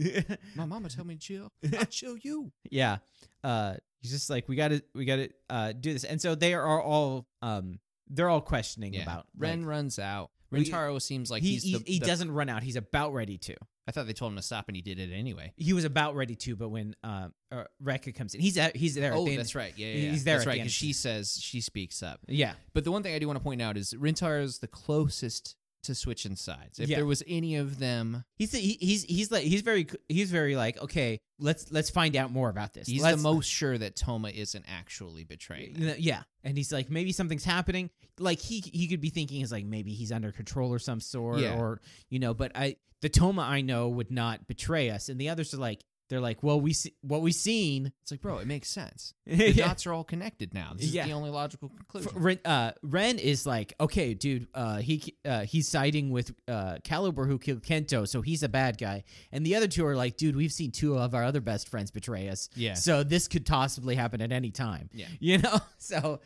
Speaker 2: My mama tell me to chill. I'll chill you."
Speaker 1: yeah. Uh he's just like we gotta we gotta uh do this. And so they are all um they're all questioning
Speaker 2: Yeah.
Speaker 1: about
Speaker 2: Ren
Speaker 1: like,
Speaker 2: runs out.
Speaker 1: Well, you-
Speaker 2: Rentaro seems like
Speaker 1: he
Speaker 2: he's
Speaker 1: he,
Speaker 2: the,
Speaker 1: he
Speaker 2: the-
Speaker 1: doesn't run out. He's about ready to.
Speaker 2: I thought they told him to stop and he did it anyway.
Speaker 1: He was about ready to, but when uh, uh Rekka comes in, he's at, he's there. at
Speaker 2: Oh,
Speaker 1: the end.
Speaker 2: that's right. Yeah, yeah, yeah.
Speaker 1: He's there at
Speaker 2: That's
Speaker 1: the
Speaker 2: right
Speaker 1: end.
Speaker 2: because she says she speaks up.
Speaker 1: Yeah,
Speaker 2: But the one thing I do want to point out is Rintar is the closest to switching sides. If
Speaker 1: Yeah.
Speaker 2: there was any of them,
Speaker 1: he's he, he's he's like he's very he's very like okay, let's let's find out more about this.
Speaker 2: he's
Speaker 1: Let's-
Speaker 2: the most sure that Toma isn't actually betraying. Them.
Speaker 1: Yeah, and he's like maybe something's happening. Like he he could be thinking is like maybe he's under control or some sort,
Speaker 2: Yeah.
Speaker 1: or you know. But I the Toma I know would not betray us, and the others are like They're like, well, we see what we seen.
Speaker 2: It's like, bro, it makes sense. The
Speaker 1: yeah.
Speaker 2: dots are all connected now. This is
Speaker 1: Yeah.
Speaker 2: the only logical conclusion.
Speaker 1: F- Ren, uh, Ren is like, okay, dude, uh, he uh, he's siding with uh, Caliber who killed Kento, so he's a bad guy. And the other two are like, dude, we've seen two of our other best friends betray us,
Speaker 2: yeah.
Speaker 1: so this could possibly happen at any time.
Speaker 2: Yeah.
Speaker 1: You know, so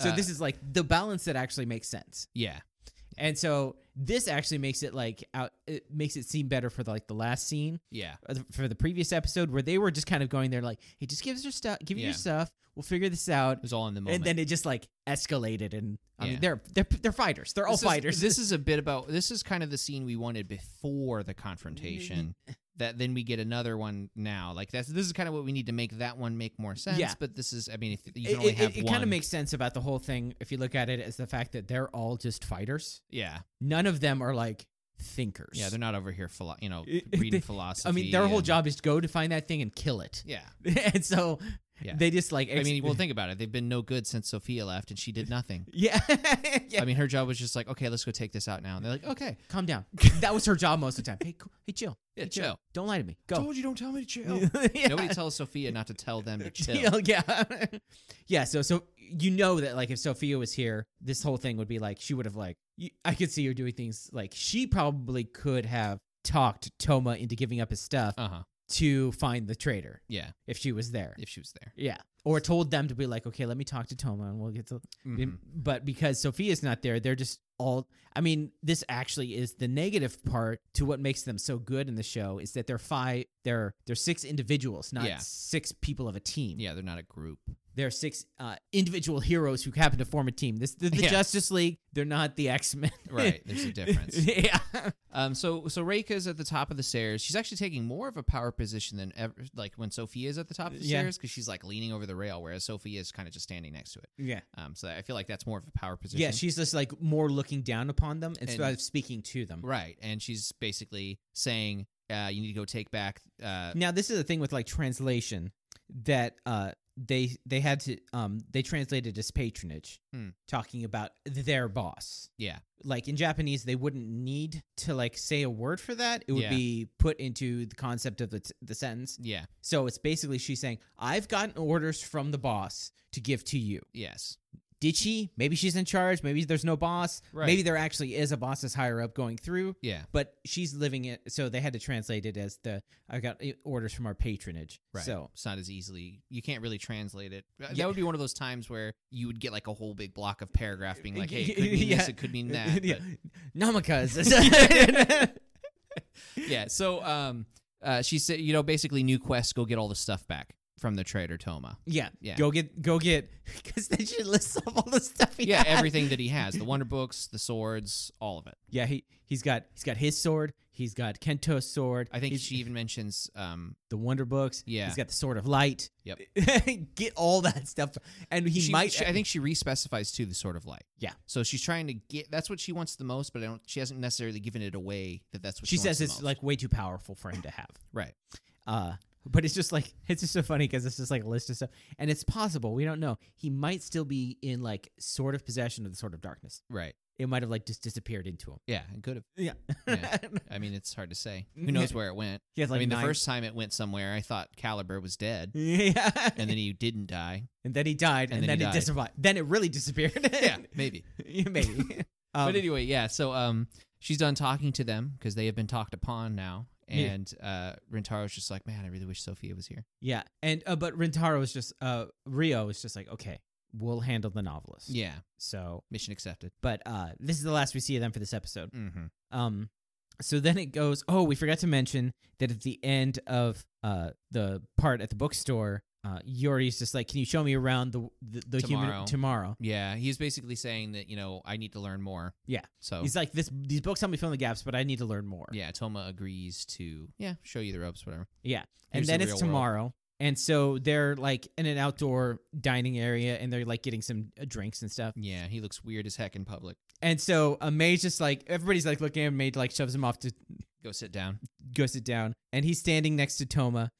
Speaker 1: so
Speaker 2: Uh,
Speaker 1: this is like the balance that actually makes sense.
Speaker 2: Yeah.
Speaker 1: And so this actually makes it like out, it makes it seem better for the, like the last scene
Speaker 2: Yeah.
Speaker 1: uh, for the previous episode where they were just kind of going there like, hey, just give us your stuff, give me your
Speaker 2: Yeah.
Speaker 1: stuff, we'll figure this out,
Speaker 2: It was all in the moment.
Speaker 1: and then it just like escalated, and I mean
Speaker 2: Yeah.
Speaker 1: they're they're they're fighters, they're all
Speaker 2: this
Speaker 1: fighters.
Speaker 2: Is, this is a bit about this is kind of the scene we wanted before the confrontation. that then we get another one now. Like that's this is kind of what we need to make that one make more sense.
Speaker 1: Yeah.
Speaker 2: But this is I mean if you can
Speaker 1: it
Speaker 2: only have one.
Speaker 1: kind of makes sense about the whole thing if you look at it as the fact that they're all just fighters.
Speaker 2: yeah
Speaker 1: None of them are like thinkers.
Speaker 2: yeah they're not over here philo- you know
Speaker 1: It- it-
Speaker 2: reading
Speaker 1: they-
Speaker 2: philosophy.
Speaker 1: I mean, their whole
Speaker 2: and-
Speaker 1: job is to go to find that thing and kill it,
Speaker 2: Yeah.
Speaker 1: and so
Speaker 2: Yeah.
Speaker 1: they just like.
Speaker 2: I
Speaker 1: ex-
Speaker 2: mean, well, think about it. They've been no good since Sophia left, and she did nothing.
Speaker 1: yeah, yeah.
Speaker 2: I mean, her job was just like, okay, let's go take this out now. And they're like, okay,
Speaker 1: calm down. That was her job most of the time. Hey, cool. hey, chill.
Speaker 2: Yeah,
Speaker 1: Hey, chill.
Speaker 2: chill.
Speaker 1: Don't lie to me. Go.
Speaker 2: you, don't tell me to chill.
Speaker 1: Yeah.
Speaker 2: Nobody tells Sophia not to tell them to chill.
Speaker 1: yeah. yeah. So, so you know that like if Sophia was here, this whole thing would be like she would have like you, I could see her doing things like she probably could have talked Toma into giving up his stuff
Speaker 2: Uh huh.
Speaker 1: to find the traitor
Speaker 2: Yeah,
Speaker 1: if she was there.
Speaker 2: if she was there.
Speaker 1: Yeah. Or told them to be like, okay, let me talk to Toma and we'll get to.
Speaker 2: Mhm.
Speaker 1: But because Sophia's not there, they're just all. I mean, this actually is the negative part to what makes them so good in the show is that they're five, they're they're six individuals, not
Speaker 2: Yeah.
Speaker 1: six people of a team.
Speaker 2: Yeah, they're not a group.
Speaker 1: They're six uh, individual heroes who happen to form a team. This the, the
Speaker 2: Yeah.
Speaker 1: Justice League. They're not the X Men.
Speaker 2: Right. There's a difference.
Speaker 1: yeah.
Speaker 2: Um, so so Reika's at the top of the stairs. She's actually taking more of a power position than ever, like when Sophia is at the top of the
Speaker 1: Yeah.
Speaker 2: stairs because she's like leaning over the rail, whereas Sophia is kind of just standing next to it.
Speaker 1: Yeah.
Speaker 2: Um, so I feel like that's more of a power position.
Speaker 1: Yeah. She's just like more looking down upon them instead
Speaker 2: And-
Speaker 1: of speaking to them.
Speaker 2: right, and she's basically saying, uh, "You need to go take back." Uh,
Speaker 1: Now this is the thing with like translation that uh they they had to um they translated as patronage
Speaker 2: Hmm.
Speaker 1: talking about their boss.
Speaker 2: Yeah.
Speaker 1: Like in Japanese they wouldn't need to like say a word for that. It would
Speaker 2: Yeah.
Speaker 1: be put into the concept of the t- the sentence.
Speaker 2: yeah,
Speaker 1: So it's basically she's saying I've gotten orders from the boss to give to you.
Speaker 2: yes,
Speaker 1: Did she? Maybe she's in charge, maybe there's no boss.
Speaker 2: Right.
Speaker 1: Maybe there actually is a boss that's higher up going through
Speaker 2: yeah,
Speaker 1: but she's living it so they had to translate it as the i got i- orders from our patronage
Speaker 2: right.
Speaker 1: so
Speaker 2: it's not as easily. You can't really translate it. Uh,
Speaker 1: Yeah.
Speaker 2: That would be one of those times where you would get like a whole big block of paragraph being like, "Hey, it could mean
Speaker 1: Yeah.
Speaker 2: this, it could mean that."
Speaker 1: yeah
Speaker 2: but-
Speaker 1: namaka is
Speaker 2: yeah. So um, uh, she said, you know, basically, new quest, go get all the stuff back from the trader Toma.
Speaker 1: yeah
Speaker 2: Yeah.
Speaker 1: go get go get because then she lists up all the stuff he
Speaker 2: Yeah,
Speaker 1: had.
Speaker 2: everything that he has, the wonder books, the swords, all of it.
Speaker 1: yeah he he's got he's got his sword he's got kento's sword
Speaker 2: I think
Speaker 1: he's-
Speaker 2: she even mentions, um,
Speaker 1: the wonder books
Speaker 2: Yeah.
Speaker 1: he's got the sword of light
Speaker 2: Yep.
Speaker 1: get all that stuff and he
Speaker 2: she-
Speaker 1: might
Speaker 2: she- I think she respecifies too the sort of light.
Speaker 1: Yeah.
Speaker 2: So she's trying to get. That's what she wants the most, but I don't. She hasn't necessarily given it away that that's what she,
Speaker 1: she
Speaker 2: wants
Speaker 1: says
Speaker 2: the
Speaker 1: it's
Speaker 2: most.
Speaker 1: like way too powerful for him to have
Speaker 2: right.
Speaker 1: Uh, but it's just like it's just so funny because it's just like a list of stuff, and it's possible we don't know. He might still be in like sort of possession of the sort of darkness.
Speaker 2: Right.
Speaker 1: It might have like just disappeared into him.
Speaker 2: Yeah. It could have.
Speaker 1: Yeah,
Speaker 2: Yeah. I mean, it's hard to say. Who
Speaker 1: Yeah.
Speaker 2: knows where it went?
Speaker 1: he has like
Speaker 2: I mean,
Speaker 1: nine-
Speaker 2: the first time it went somewhere, I thought Caliber was dead,
Speaker 1: Yeah,
Speaker 2: and then he didn't die.
Speaker 1: and then he died, and,
Speaker 2: and then
Speaker 1: then,
Speaker 2: he
Speaker 1: it disappeared. Then it really disappeared.
Speaker 2: Yeah, maybe.
Speaker 1: Yeah, maybe. Um,
Speaker 2: but anyway, yeah. So um, she's done talking to them because they have been talked upon now,
Speaker 1: Yeah.
Speaker 2: and uh, Rentaro's just like, man, I really wish Sophia was here.
Speaker 1: yeah, and uh, but Rentaro was just uh Rio was just like okay, we'll handle the novelist.
Speaker 2: Yeah,
Speaker 1: So,
Speaker 2: mission accepted.
Speaker 1: but uh, this is the last we see of them for this episode.
Speaker 2: Mm-hmm.
Speaker 1: Um, so then it goes. Oh, we forgot to mention that at the end of uh the part at the bookstore, uh, Yori's just like, "Can you show me around the the, the
Speaker 2: Tomorrow.
Speaker 1: human tomorrow?"
Speaker 2: Yeah, he's basically saying that you know I need to learn more.
Speaker 1: Yeah.
Speaker 2: So
Speaker 1: He's like, "This these books help me fill in the gaps, but I need to learn more."
Speaker 2: Oh. yeah, Toma agrees to yeah show you the ropes, whatever.
Speaker 1: Yeah. and
Speaker 2: Here's
Speaker 1: then
Speaker 2: the
Speaker 1: it's
Speaker 2: real world.
Speaker 1: tomorrow. And so they're like in an outdoor dining area, and they're like getting some uh, drinks and stuff.
Speaker 2: Yeah, he looks weird as heck in public. and
Speaker 1: And so uh, May's just like everybody's like looking at him. May like shoves him off to
Speaker 2: Go sit down.
Speaker 1: go sit down, and he's standing next to Toma.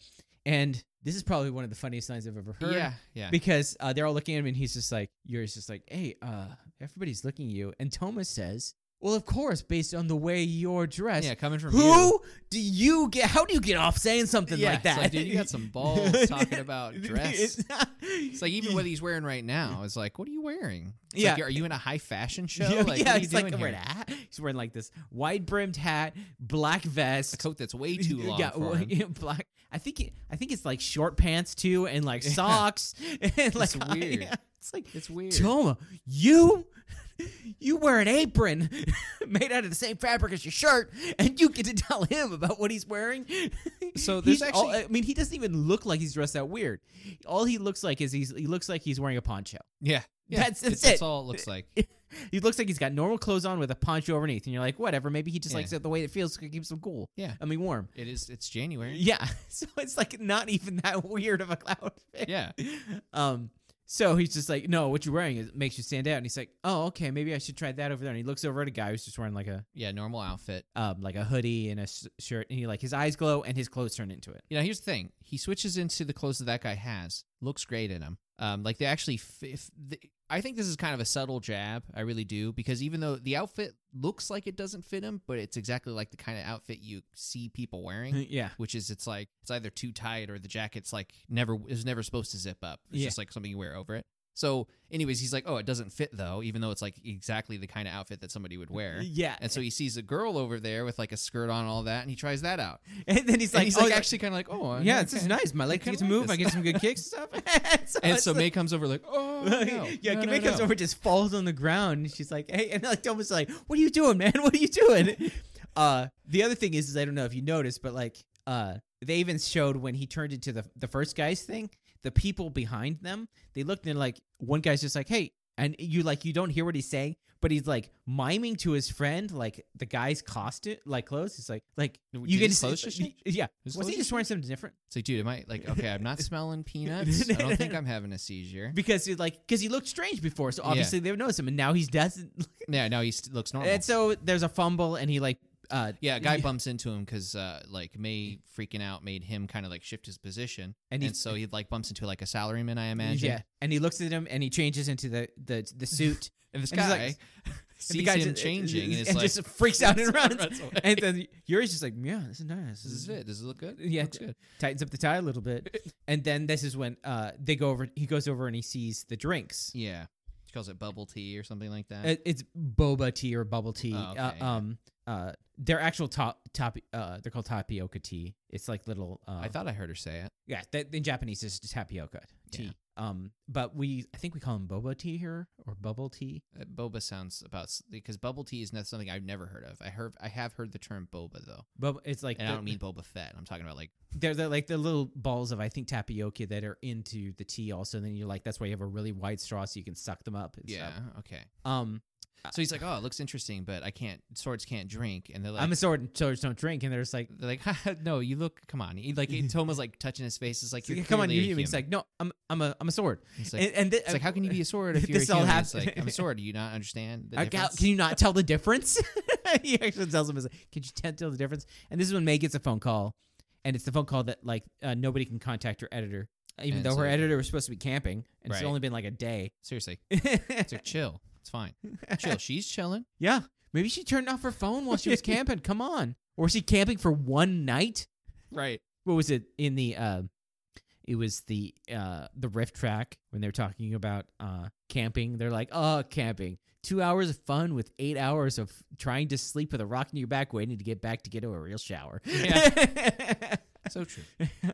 Speaker 1: And this is probably one of the funniest lines I've ever heard.
Speaker 2: Yeah, yeah,
Speaker 1: because uh, they're all looking at him and he's just like Yuri's just like hey uh everybody's looking at you and Thomas says Well, of course, based on the way you're dressed.
Speaker 2: Yeah, coming from you.
Speaker 1: Who do you get? How do you get off saying something
Speaker 2: Yeah,
Speaker 1: like
Speaker 2: it's
Speaker 1: that?
Speaker 2: like, dude, you got some balls talking about dress.
Speaker 1: It's, not-
Speaker 2: It's like even what he's wearing right now is like, what are you wearing? It's
Speaker 1: Yeah.
Speaker 2: like, are you in a high fashion show?
Speaker 1: Yeah,
Speaker 2: like,
Speaker 1: yeah,
Speaker 2: what are you
Speaker 1: it's like
Speaker 2: doing
Speaker 1: I'm wearing
Speaker 2: here?
Speaker 1: a hat. He's wearing like this wide brimmed hat, black
Speaker 2: a
Speaker 1: vest,
Speaker 2: coat that's way too long.
Speaker 1: Yeah,
Speaker 2: for
Speaker 1: well,
Speaker 2: him.
Speaker 1: yeah, black. I think it, I think it's like short pants too, and like socks, and like
Speaker 2: weird.
Speaker 1: yeah, it's like
Speaker 2: It's weird.
Speaker 1: Toma, you you wear an apron made out of the same fabric as your shirt, and you get to tell him about what he's wearing.
Speaker 2: So
Speaker 1: He's
Speaker 2: there's
Speaker 1: all-
Speaker 2: actually-
Speaker 1: I mean, he doesn't even look like he's dressed that weird. All he looks like is he's he looks like he's wearing a poncho.
Speaker 2: yeah, yeah.
Speaker 1: That's- that's it.
Speaker 2: all it looks like.
Speaker 1: He looks like he's got normal clothes on with a poncho underneath, and you're like, whatever. Maybe he just
Speaker 2: Yeah.
Speaker 1: likes it the way it feels. 'cause It keeps him cool.
Speaker 2: Yeah.
Speaker 1: I mean, warm.
Speaker 2: It is. It's January.
Speaker 1: Yeah. So it's like not even that weird of a cloud fit.
Speaker 2: Yeah.
Speaker 1: Um so he's just like, No, what you're wearing is makes you stand out and he's like, Oh, okay, maybe I should try that over there. And he looks over at a guy who's just wearing like a
Speaker 2: Yeah. Normal outfit.
Speaker 1: um like a hoodie and a s- shirt and he like his eyes glow and his clothes turn into it.
Speaker 2: You know, here's the thing. He switches into the clothes that that guy has. Looks great in them. Um, like they actually. F- if the, I think this is kind of a subtle jab. I really do because even though the outfit looks like it doesn't fit him, but it's exactly like the kind of outfit you see people wearing.
Speaker 1: yeah.
Speaker 2: Which is, it's like it's either too tight or the jacket's like never is never supposed to zip up. It's
Speaker 1: Yeah.
Speaker 2: just like something you wear over it. So, anyways, he's like, "Oh, it doesn't fit though," even though it's like exactly the kind of outfit that somebody would wear.
Speaker 1: Yeah.
Speaker 2: And so he sees a girl over there with like a skirt on and all that, and he tries that out.
Speaker 1: And then he's
Speaker 2: It's like,
Speaker 1: like,
Speaker 2: he's
Speaker 1: oh,
Speaker 2: like
Speaker 1: yeah,
Speaker 2: actually kind of like, oh,
Speaker 1: yeah,
Speaker 2: okay."
Speaker 1: this is nice. My legs
Speaker 2: kinda
Speaker 1: get to
Speaker 2: like
Speaker 1: move,
Speaker 2: this.
Speaker 1: I get some good kicks and stuff.
Speaker 2: And so
Speaker 1: it's like-
Speaker 2: May comes over like, oh, no,
Speaker 1: yeah,
Speaker 2: no,
Speaker 1: May
Speaker 2: no,
Speaker 1: comes
Speaker 2: no."
Speaker 1: over, just falls on the ground, and she's like, "Hey!" And like Thomas like, "What are you doing, man? What are you doing?" uh, the other thing is, is I don't know if you noticed, but like, uh, they even showed when he turned into the the first guy's thing. The people behind them, they looked and like one guy's just like, "Hey," and you like you don't hear what he's saying, but he's like miming to his friend like the guy's costume, like clothes. He's like, like
Speaker 2: Did
Speaker 1: you get
Speaker 2: his clothes just change?
Speaker 1: yeah.
Speaker 2: His
Speaker 1: Was
Speaker 2: clothes
Speaker 1: he
Speaker 2: just
Speaker 1: just wearing something different?
Speaker 2: It's like, dude, am I like, okay, I'm not smelling peanuts. I don't think I'm having a seizure.
Speaker 1: Because he like because he looked strange before, so
Speaker 2: Yeah.
Speaker 1: obviously they would notice him, and now he doesn't.
Speaker 2: Yeah, no, he st- looks normal.
Speaker 1: And so there's a fumble, and he like, uh,
Speaker 2: yeah, a guy bumps into him because uh, like May freaking out made him kind of like shift his position,
Speaker 1: And
Speaker 2: and,
Speaker 1: he-
Speaker 2: so he like bumps into like a salaryman, I imagine.
Speaker 1: yeah, and he looks at him, and he changes into the the the suit.
Speaker 2: and this
Speaker 1: And he's
Speaker 2: guy
Speaker 1: like- and
Speaker 2: sees
Speaker 1: guy
Speaker 2: him
Speaker 1: just-
Speaker 2: changing, and, it's
Speaker 1: and
Speaker 2: like,
Speaker 1: just freaks out and runs.
Speaker 2: away.
Speaker 1: And then Yuri's just like, yeah, this is nice.
Speaker 2: this is it. Does it look good?
Speaker 1: Yeah,
Speaker 2: looks good.
Speaker 1: Tightens up the tie a little bit, and then this is when uh they go over. He goes over and he sees the drinks.
Speaker 2: Yeah, she calls it bubble tea or something like that.
Speaker 1: It, it's boba tea or bubble tea.
Speaker 2: Oh, okay,
Speaker 1: uh,
Speaker 2: yeah.
Speaker 1: Um, uh, their actual top top uh they're called tapioca tea. It's like little. Uh,
Speaker 2: I thought I heard her say it.
Speaker 1: Yeah, that in Japanese is tapioca tea.
Speaker 2: Yeah.
Speaker 1: Um, but we I think we call them boba tea here or bubble tea.
Speaker 2: Uh, boba sounds about because bubble tea is not something I've never heard of. I heard I have heard the term boba though,
Speaker 1: Boba, it's like
Speaker 2: and I
Speaker 1: the-
Speaker 2: don't mean Boba Fett. I'm talking about like
Speaker 1: they're, they're like the little balls of I think tapioca that are into the tea. Also, and then you're like that's why you have a really wide straw so you can suck them up. and
Speaker 2: yeah,
Speaker 1: stuff.
Speaker 2: okay.
Speaker 1: Um,
Speaker 2: So he's like, oh, it looks interesting, but I can't. Swords can't drink, and they're like,
Speaker 1: I'm a sword and swords don't drink, and they're just like,
Speaker 2: they're like, "Haha, no, you look. Come on, he, like Toma's like touching his face. It's like, you're
Speaker 1: come on,
Speaker 2: clearly
Speaker 1: you're
Speaker 2: a
Speaker 1: human. It's like no, I'm I'm a I'm a sword.
Speaker 2: It's like,
Speaker 1: And, and th-
Speaker 2: it's like, how can you be a sword if you're a
Speaker 1: this all
Speaker 2: human? It's
Speaker 1: happened-
Speaker 2: like, I'm a sword. Do you not understand the
Speaker 1: Like, how-
Speaker 2: difference?
Speaker 1: can you not tell the difference? he actually tells him, he's like, can you t- tell the difference? And this is when May gets a phone call, and it's the phone call that like uh, nobody can contact her editor, even
Speaker 2: And
Speaker 1: though
Speaker 2: so-
Speaker 1: her editor was supposed to be camping, and it's
Speaker 2: Right.
Speaker 1: only been like a day.
Speaker 2: Seriously, it's like chill. It's fine. Chill. She's chilling.
Speaker 1: yeah, maybe she turned off her phone while she was camping. Come on, or was she camping for one night?
Speaker 2: Right.
Speaker 1: What was it in the? Uh, it was the uh the riff track when they're talking about uh camping. They're like, oh, camping. Two hours of fun with eight hours of trying to sleep with a rock in your back, waiting to get back to get to a real shower.
Speaker 2: So true.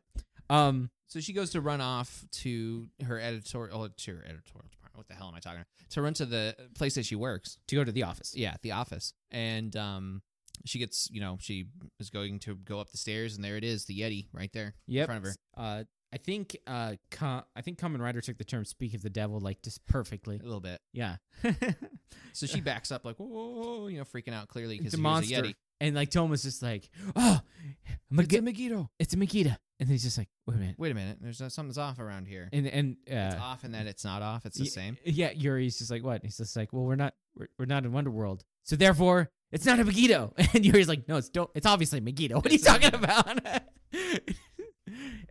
Speaker 1: um,
Speaker 2: So she goes to run off to her editorial, oh, to her editorial department. What the hell am I talking about? To run to the place that she works.
Speaker 1: to go to the office.
Speaker 2: Yeah, the office. And um, she gets, you know, she is going to go up the stairs, and there it is, the Yeti right there in
Speaker 1: Yep.
Speaker 2: front of her.
Speaker 1: Uh, I think uh, Com- I think Common Rider took the term "speak of the devil" like just perfectly.
Speaker 2: A little bit.
Speaker 1: Yeah,
Speaker 2: So she backs up like, whoa, you know, freaking out clearly
Speaker 1: it's
Speaker 2: because
Speaker 1: a
Speaker 2: here's
Speaker 1: monster.
Speaker 2: a Yeti.
Speaker 1: And like Tom was just like, "Oh, Mag-
Speaker 2: It's a Megiddo.
Speaker 1: it's a Megiddo," and he's just like, "Wait a minute,"
Speaker 2: Wait a minute. There's uh, something's off around here.
Speaker 1: and and
Speaker 2: It's
Speaker 1: uh,
Speaker 2: off and that it's not off. It's the
Speaker 1: Y-
Speaker 2: same.
Speaker 1: Yeah, Yuri's just like, what? He's just like, well, we're not, we're, we're not in Wonderworld, so therefore it's not a Megiddo. And Yuri's like, no, it's don't, it's obviously Megiddo. What are you
Speaker 2: It's not
Speaker 1: talking about? uh,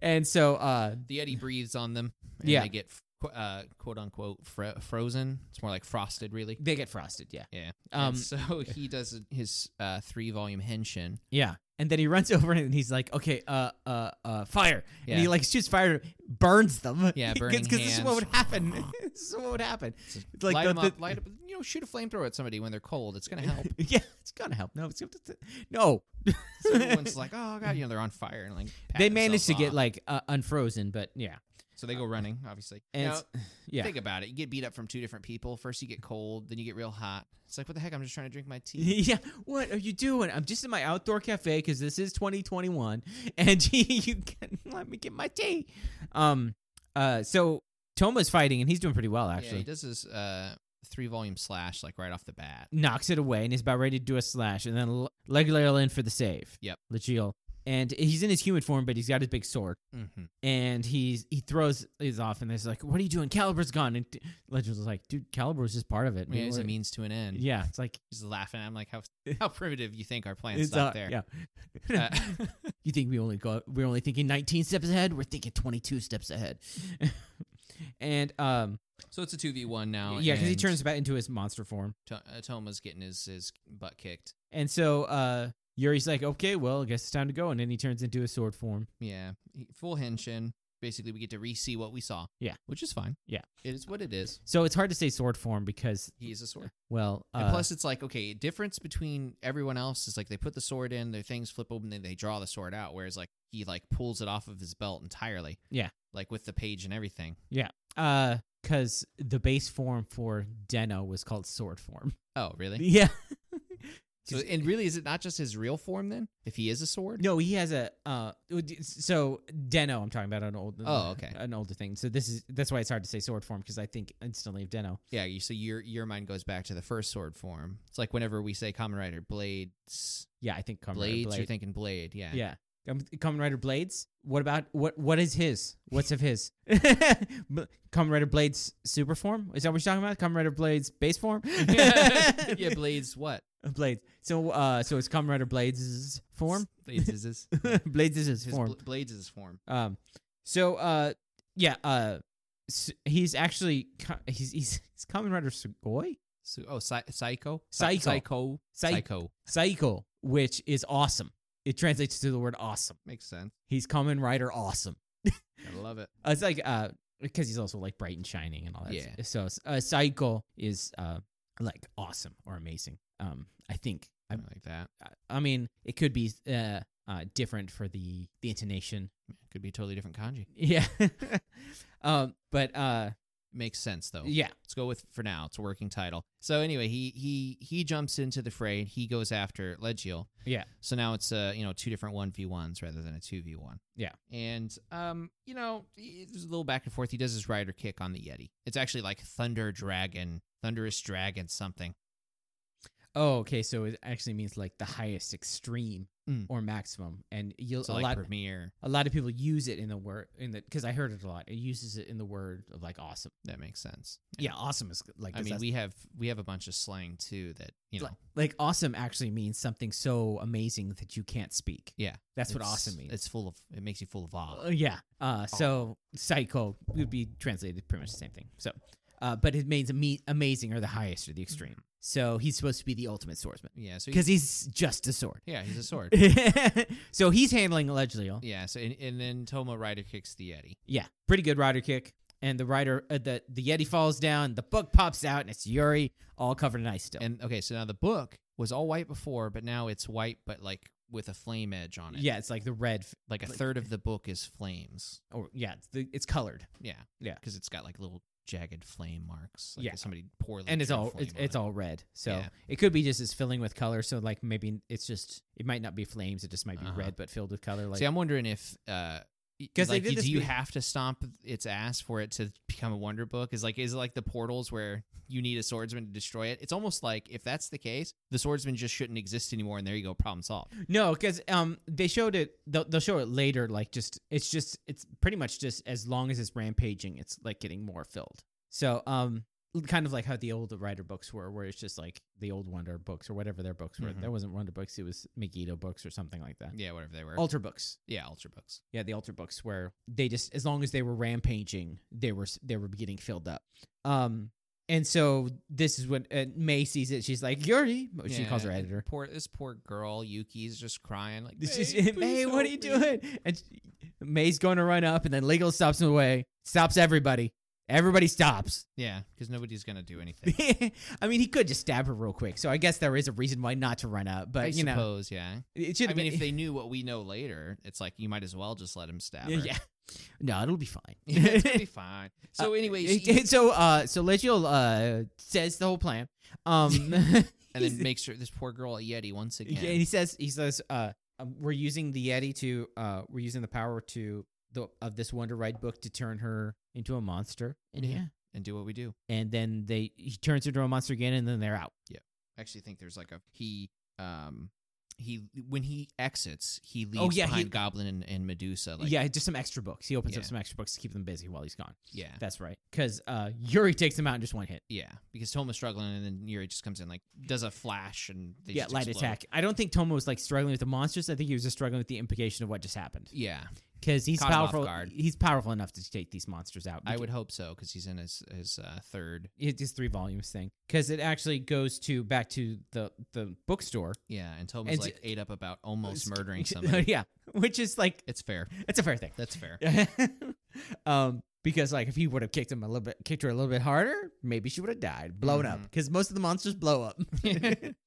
Speaker 1: and so, uh,
Speaker 2: The Yeti breathes on them, and
Speaker 1: Yeah.
Speaker 2: they get qu- uh, quote unquote fro- frozen. It's more like frosted, really.
Speaker 1: They get frosted, yeah.
Speaker 2: Yeah.
Speaker 1: Um,
Speaker 2: and so he does his uh, three volume henshin.
Speaker 1: Yeah. And then he runs over and he's like, okay, uh, uh, uh, fire.
Speaker 2: Yeah.
Speaker 1: And he like shoots fire, burns them.
Speaker 2: Yeah, burning
Speaker 1: Because this is what
Speaker 2: hands.
Speaker 1: would happen. this is what would happen. It's
Speaker 2: light
Speaker 1: uh, the-
Speaker 2: 'em
Speaker 1: the-
Speaker 2: up, light up, you know, shoot a flamethrower at somebody when they're cold. It's gonna help.
Speaker 1: Yeah, it's gonna help. No, it's gonna, no.
Speaker 2: So everyone's like, oh god, you know, they're on fire and like. pat
Speaker 1: they managed
Speaker 2: themselves
Speaker 1: to get
Speaker 2: off.
Speaker 1: like uh, unfrozen, but yeah,
Speaker 2: So they go running, obviously.
Speaker 1: and
Speaker 2: Now,
Speaker 1: it's- yeah,
Speaker 2: Think about it. You get beat up from two different people. First, you get cold, then you get real hot. It's like, what the heck? I'm just trying to drink my tea.
Speaker 1: yeah. What are you doing? I'm just in my outdoor cafe because this is 2021, and you can let me get my tea. Um, uh, so Toma's fighting, and he's doing pretty well
Speaker 2: Yeah, he
Speaker 1: actually.
Speaker 2: does his uh, three volume slash like right off the bat.
Speaker 1: Knocks it away, and is about ready to do a slash, and then L- Legoleal in for the save.
Speaker 2: Yep.
Speaker 1: Legiel, and he's in his human form, but he's got his big sword.
Speaker 2: Mm-hmm.
Speaker 1: and he's he throws his off and there's like what are you doing caliber's gone and legends was like dude caliber was just part of it
Speaker 2: I mean,
Speaker 1: We
Speaker 2: it's a
Speaker 1: were-
Speaker 2: means to an end.
Speaker 1: yeah it's like
Speaker 2: He's laughing. I'm like, how how primitive you think our plans
Speaker 1: it's
Speaker 2: stop
Speaker 1: uh,
Speaker 2: there?
Speaker 1: yeah
Speaker 2: Uh,
Speaker 1: you think we only go we're only thinking 19 steps ahead we're thinking 22 steps ahead and um
Speaker 2: so it's a two v one now.
Speaker 1: yeah because he
Speaker 2: Oh, and
Speaker 1: turns back into his monster form
Speaker 2: To- uh, Toma's getting his his butt kicked.
Speaker 1: and so uh yuri's like okay well i guess it's time to go and then he turns into his sword form
Speaker 2: Yeah, He- full henshin. Basically, we get to re-see what we saw.
Speaker 1: Yeah.
Speaker 2: which is fine.
Speaker 1: Yeah.
Speaker 2: it is what it is.
Speaker 1: so it's hard to say sword form because
Speaker 2: He is a sword.
Speaker 1: well uh,
Speaker 2: And plus, it's like okay, difference between everyone else is like they put the sword in, their things flip open, then they draw the sword out. Whereas like he like pulls it off of his belt entirely.
Speaker 1: Yeah.
Speaker 2: like with the page and everything.
Speaker 1: uh because the base form for deno was called sword form
Speaker 2: Oh, really?
Speaker 1: yeah
Speaker 2: So, and really, is it not just his real form then? If he is a sword,
Speaker 1: No, he has a uh. So Deno, I'm talking about an old.
Speaker 2: Oh, okay.
Speaker 1: An older thing. So this is that's why it's hard to say sword form because I think instantly of Deno.
Speaker 2: Yeah, you, so your your mind goes back to the first sword form. It's like whenever we say Common Rider blades,
Speaker 1: Yeah, I think Kamen Rider
Speaker 2: blades, you're
Speaker 1: Blade.
Speaker 2: thinking blade. Yeah,
Speaker 1: yeah. Um, Kamen Rider Blades. What about what? What is his? What's of his? Bl- Kamen Rider Blades super form. Is that what you're talking about? Kamen Rider Blades base form.
Speaker 2: yeah, blades. What
Speaker 1: Blades. So uh, so it's Kamen Rider Blades form.
Speaker 2: Blades is his,
Speaker 1: Blades is his
Speaker 2: his
Speaker 1: form.
Speaker 2: bl- blades is his form.
Speaker 1: Um, so uh, yeah, uh, s he's actually co- he's he's he's Kamen Rider Sugoi
Speaker 2: So, oh, psy- psycho,
Speaker 1: Psycho.
Speaker 2: psycho,
Speaker 1: Psy-
Speaker 2: psycho.
Speaker 1: Psycho, which is awesome. It translates to the word awesome.
Speaker 2: Makes sense.
Speaker 1: He's Kamen Rider awesome.
Speaker 2: I love it.
Speaker 1: Uh, It's like uh, because he's also like bright and shining and all that.
Speaker 2: Yeah.
Speaker 1: So uh, Psycho is uh like awesome or amazing. Um, I think
Speaker 2: I
Speaker 1: I
Speaker 2: like that.
Speaker 1: I mean it could be uh. Uh, different for the the intonation,
Speaker 2: Could be a totally different kanji.
Speaker 1: yeah. um, but uh,
Speaker 2: Makes sense though.
Speaker 1: yeah,
Speaker 2: Let's go with for now. It's a working title. So anyway, he he he jumps into the fray and he goes after Legiel.
Speaker 1: Yeah.
Speaker 2: So now it's uh you know two different one v ones rather than a two v one.
Speaker 1: Yeah.
Speaker 2: And um you know he- there's a little back and forth. He does his rider kick on the Yeti. It's actually like Thunder Dragon, Thunderous Dragon something.
Speaker 1: Oh, okay. So it actually means like the highest extreme
Speaker 2: Mm.
Speaker 1: or maximum, and you'll
Speaker 2: So
Speaker 1: a
Speaker 2: like
Speaker 1: lot
Speaker 2: Premiere.
Speaker 1: a lot of people use it in the word in the because I heard it a lot. It uses it in the word of like awesome.
Speaker 2: That makes sense.
Speaker 1: Yeah, awesome is like
Speaker 2: I
Speaker 1: 'cause
Speaker 2: mean
Speaker 1: that's-
Speaker 2: we have we have a bunch of slang too that you know.
Speaker 1: like, like awesome actually means something so amazing that you can't speak.
Speaker 2: Yeah,
Speaker 1: that's what
Speaker 2: it's-
Speaker 1: awesome means.
Speaker 2: It's full of it makes you full of awe.
Speaker 1: Uh, yeah. Uh, so psycho would be translated pretty much the same thing. So, uh, but it means ame- amazing or the highest or the extreme. So he's supposed to be the ultimate swordsman
Speaker 2: Yeah. So he-
Speaker 1: because he's just a sword.
Speaker 2: yeah, he's a sword.
Speaker 1: so he's handling allegedly.
Speaker 2: Yeah, so and, and then Toma Rider kicks the Yeti.
Speaker 1: Yeah, pretty good rider kick. And the rider, uh, the the yeti falls down. The book pops out, and it's Yuri all covered in ice still.
Speaker 2: And okay, so now the book was all white before, but now it's white, but like with a flame edge on it.
Speaker 1: yeah, it's like the red, f-
Speaker 2: like a
Speaker 1: like- eh.
Speaker 2: third of the book is flames.
Speaker 1: or yeah, it's, the, it's colored,
Speaker 2: Yeah,
Speaker 1: Yeah.
Speaker 2: because it's got like little jagged flame marks. Like
Speaker 1: Yeah.
Speaker 2: somebody poorly
Speaker 1: and it's
Speaker 2: drew
Speaker 1: all
Speaker 2: flame
Speaker 1: it's,
Speaker 2: on
Speaker 1: it's
Speaker 2: it.
Speaker 1: all red. So
Speaker 2: Yeah.
Speaker 1: it could be just as filling with color. So like maybe it's just it might not be flames. It just might be
Speaker 2: Uh-huh.
Speaker 1: red but filled with color. Like
Speaker 2: See, I'm wondering if uh, y-
Speaker 1: 'Cause they
Speaker 2: like,
Speaker 1: did
Speaker 2: y-
Speaker 1: this
Speaker 2: do you
Speaker 1: be-
Speaker 2: have to stomp its ass for it to become a wonder book? Is like is it like the portals where you need a swordsman to destroy it? It's almost like if that's the case, the swordsman just shouldn't exist anymore, and there you go, problem solved.
Speaker 1: no, because um they showed it. They'll, they'll show it later. Like just it's just it's pretty much just as long as it's rampaging, it's like getting more filled. So um kind of like how the old writer books were, where it's just like the old Wonder books or whatever their books were.
Speaker 2: Mhm.
Speaker 1: That wasn't Wonder books; it was Megiddo books or something like that.
Speaker 2: Yeah, whatever they were.
Speaker 1: Alter books,
Speaker 2: yeah, Ultra books.
Speaker 1: yeah, the altar books, where they just as long as they were rampaging, they were s- they were getting filled up. Um, and so this is when uh, May sees it. She's like Yuri. She
Speaker 2: Yeah,
Speaker 1: calls her
Speaker 2: and
Speaker 1: editor.
Speaker 2: Poor this poor girl Yuki's just crying like,
Speaker 1: This is
Speaker 2: "May,
Speaker 1: it.
Speaker 2: please
Speaker 1: May, what are you
Speaker 2: help me."
Speaker 1: doing? And she- May's going to run up, and then Legal stops in the way, stops everybody. Everybody stops.
Speaker 2: Yeah, because nobody's gonna do anything.
Speaker 1: I mean, he could just stab her real quick. So I guess there is a reason why not to run up. But
Speaker 2: I
Speaker 1: you know,
Speaker 2: suppose, yeah.
Speaker 1: it should
Speaker 2: I
Speaker 1: have
Speaker 2: mean,
Speaker 1: been.
Speaker 2: if they knew what we know later, it's like you might as well just let him stab her.
Speaker 1: yeah, no, it'll be fine.
Speaker 2: it's gonna be fine. So,
Speaker 1: Uh,
Speaker 2: anyways,
Speaker 1: it-
Speaker 2: he-
Speaker 1: it- so uh, so Legiel uh says the whole plan. Um,
Speaker 2: and then
Speaker 1: he's-
Speaker 2: makes her this poor girl a yeti once
Speaker 1: yeah,
Speaker 2: again.
Speaker 1: and he says he says uh, um, we're using the Yeti to uh, we're using the power to the of this Wonder Ride book to turn her into a monster. And
Speaker 2: Yeah.
Speaker 1: yeah,
Speaker 2: and do what we do.
Speaker 1: and then they he turns into a monster again, and then they're out.
Speaker 2: I actually think there's like a he um he when he exits he leaves
Speaker 1: Oh, yeah,
Speaker 2: behind
Speaker 1: he-
Speaker 2: Goblin and, and Medusa like
Speaker 1: yeah, just some extra books. He opens up
Speaker 2: Yeah.
Speaker 1: some extra books to keep them busy while he's gone.
Speaker 2: yeah
Speaker 1: That's right, because uh, Yuri takes them out in just one hit.
Speaker 2: yeah because Toma's struggling and then Yuri just comes in like does a flash and they
Speaker 1: yeah,
Speaker 2: just
Speaker 1: light
Speaker 2: explode.
Speaker 1: attack. I don't think Tomo was like struggling with the monsters. I think he was just struggling with the implication of what just happened.
Speaker 2: yeah
Speaker 1: because he's
Speaker 2: Caught him off
Speaker 1: powerful.
Speaker 2: guard.
Speaker 1: He's powerful enough to take these monsters out.
Speaker 2: I
Speaker 1: Beca-
Speaker 2: would hope so because he's in his his uh, third
Speaker 1: It's this three volumes thing because it actually goes to back to the the bookstore.
Speaker 2: yeah and Toma's
Speaker 1: And
Speaker 2: like ate up about almost
Speaker 1: It's-
Speaker 2: murdering somebody
Speaker 1: yeah, which is like
Speaker 2: it's fair
Speaker 1: it's a fair thing.
Speaker 2: that's fair
Speaker 1: um, because like if he would have kicked him a little bit, kicked her a little bit harder, maybe she would have died, blown up.
Speaker 2: Mhm.
Speaker 1: Because most of the monsters blow up.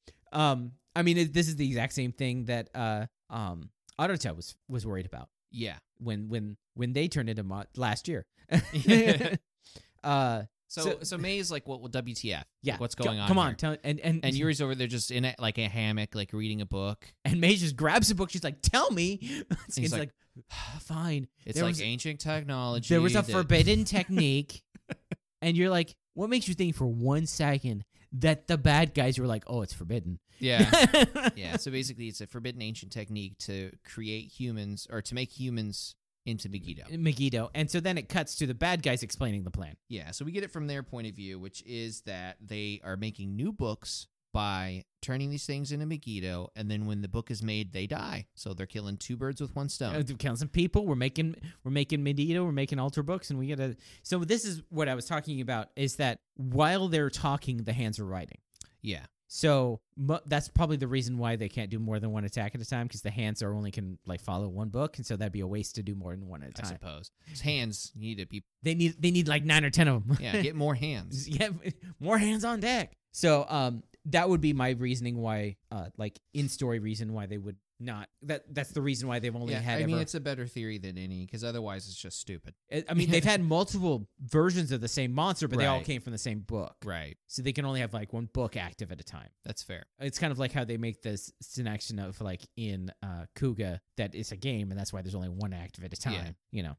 Speaker 1: um, I mean, it, this is the exact same thing that uh um Autota was was worried about.
Speaker 2: yeah
Speaker 1: when when when they turned into mo- last year. uh,
Speaker 2: so so,
Speaker 1: So-
Speaker 2: May's like what well, WTF
Speaker 1: yeah,
Speaker 2: Like, what's
Speaker 1: go-
Speaker 2: going on
Speaker 1: Come
Speaker 2: here?
Speaker 1: on, tell, and and
Speaker 2: and Yuri's over there just in a, like a hammock like reading a book
Speaker 1: and May just grabs the book. She's like, "Tell me." It's
Speaker 2: he's
Speaker 1: like,
Speaker 2: like-
Speaker 1: "Fine."
Speaker 2: it's
Speaker 1: There
Speaker 2: like
Speaker 1: was-
Speaker 2: ancient technology
Speaker 1: There was a
Speaker 2: that-
Speaker 1: forbidden technique, and you're like, "What makes you think for one second that the bad guys were like, oh, it's forbidden?"
Speaker 2: yeah yeah. So basically, it's a forbidden ancient technique to create humans or to make humans into Megiddo.
Speaker 1: Megiddo, and so then it cuts to the bad guys explaining the plan.
Speaker 2: Yeah. So we get it from their point of view, which is that they are making new books by turning these things into Megiddo, and then when the book is made, they die. So they're killing two birds with one
Speaker 1: Uh,
Speaker 2: stone.
Speaker 1: to count some people. We're making we're making Medito. We're making altar books, and we get a. So this is what I was talking about is that while they're talking, the hands are writing.
Speaker 2: yeah.
Speaker 1: So mo- that's probably the reason why they can't do more than one attack at a time because the hands are only can like follow one book, and so that'd be a waste to do more than one at a
Speaker 2: I
Speaker 1: time.
Speaker 2: suppose Those hands need to be.
Speaker 1: They need they need like nine or ten of them.
Speaker 2: Yeah. Get more hands.
Speaker 1: yeah, more hands on deck. So um, that would be my reasoning why, uh, like in story reason why they would not. That that's the reason why they've only
Speaker 2: Yeah,
Speaker 1: had.
Speaker 2: I mean,
Speaker 1: ever, eh,
Speaker 2: it's a better theory than any because otherwise it's just stupid.
Speaker 1: I- I mean, they've had multiple versions of the same monster, but they all
Speaker 2: Right.
Speaker 1: came from the same book.
Speaker 2: Right.
Speaker 1: So they can only have like one book active at a time.
Speaker 2: That's fair.
Speaker 1: It's kind of like how they make this connection of like in uh, Kuga that it's a game, and that's why there's only one active at a time.
Speaker 2: Yeah.
Speaker 1: You know,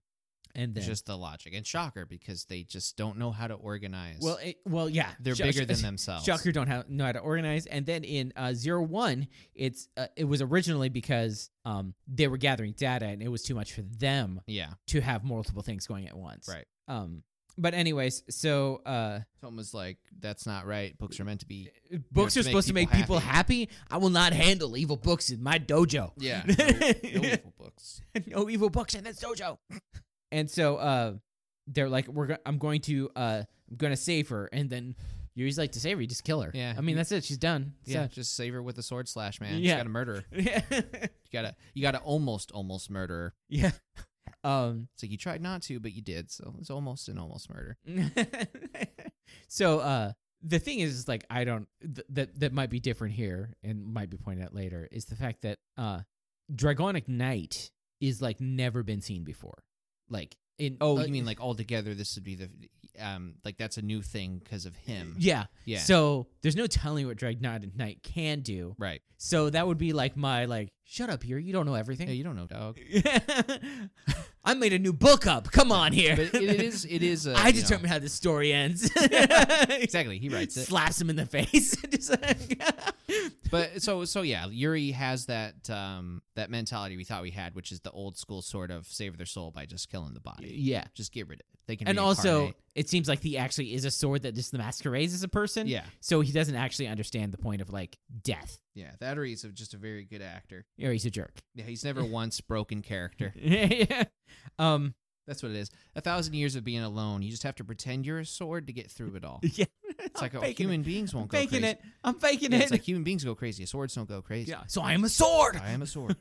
Speaker 1: and then
Speaker 2: It's just the logic and shocker because they just don't know how to organize.
Speaker 1: well, it, well, yeah,
Speaker 2: they're
Speaker 1: Sh-
Speaker 2: bigger
Speaker 1: sh-
Speaker 2: than
Speaker 1: sh-
Speaker 2: themselves.
Speaker 1: Shocker don't have, know how to organize. And then in uh, zero one, it's uh, it was originally because um they were gathering data, and it was too much for them
Speaker 2: Yeah.
Speaker 1: to have multiple things going at once.
Speaker 2: Right.
Speaker 1: Um. But anyways, so uh.
Speaker 2: Tom was like, "That's not right. Books are meant to be."
Speaker 1: books
Speaker 2: to
Speaker 1: are
Speaker 2: make
Speaker 1: supposed to
Speaker 2: people
Speaker 1: make people happy. I will not handle evil books in my dojo.
Speaker 2: Yeah,
Speaker 1: no- no
Speaker 2: evil books.
Speaker 1: no evil books in this dojo. and so uh, they're like, "We're go- I'm going to uh, I'm going to save her." And then Yuri's like, "To save her, you just kill her."
Speaker 2: Yeah.
Speaker 1: I mean that's it. She's done. It's
Speaker 2: Yeah,
Speaker 1: done.
Speaker 2: just save her with a sword slash, man. You
Speaker 1: Yeah.
Speaker 2: gotta murder. her.
Speaker 1: yeah,
Speaker 2: You gotta, you gotta almost, almost murder. her.
Speaker 1: yeah. Um.
Speaker 2: It's like you tried not to, but you did. So it's almost an almost murder.
Speaker 1: so uh, the thing is, is like, I don't th- that that might be different here, and might be pointed out later, is the fact that uh, Dragonic Knight is like never been seen before, like. In,
Speaker 2: Oh,
Speaker 1: uh,
Speaker 2: you mean like altogether? This would be the, um, like that's a new thing because of him.
Speaker 1: Yeah.
Speaker 2: Yeah.
Speaker 1: So there's no telling what Dragnite and Knight can do.
Speaker 2: right.
Speaker 1: So that would be like my like, shut up here, you don't know
Speaker 2: Yeah,
Speaker 1: everything.
Speaker 2: you don't know, dog.
Speaker 1: I made a new book up. Come on here.
Speaker 2: But it, it is, it is. A,
Speaker 1: I
Speaker 2: you know-
Speaker 1: determine how this story ends.
Speaker 2: exactly. He writes it.
Speaker 1: Slaps him in the face. Just like-
Speaker 2: But so, so yeah, Yuri has that, um, that mentality we thought we had, which is the old school sort of save their soul by just killing the body.
Speaker 1: yeah.
Speaker 2: Just get rid of it. They can
Speaker 1: and also,
Speaker 2: reincarnate.
Speaker 1: it seems like he actually is a sword that just masquerades as a person.
Speaker 2: yeah,
Speaker 1: So he doesn't actually understand the point of like death.
Speaker 2: yeah, Thattery's a- just a very good actor.
Speaker 1: Or he's a jerk.
Speaker 2: Yeah, he's never once broken character.
Speaker 1: yeah. Um.
Speaker 2: That's what it is. A thousand years of being alone. You just have to pretend you're a sword to get through it all.
Speaker 1: Yeah.
Speaker 2: It's like
Speaker 1: I'm
Speaker 2: oh,
Speaker 1: faking
Speaker 2: human
Speaker 1: It.
Speaker 2: beings
Speaker 1: I'm
Speaker 2: won't go
Speaker 1: faking
Speaker 2: crazy.
Speaker 1: it. I'm faking
Speaker 2: Yeah,
Speaker 1: it.
Speaker 2: it's like human beings go crazy. Swords don't go crazy.
Speaker 1: yeah. So I am a sword.
Speaker 2: I am a sword.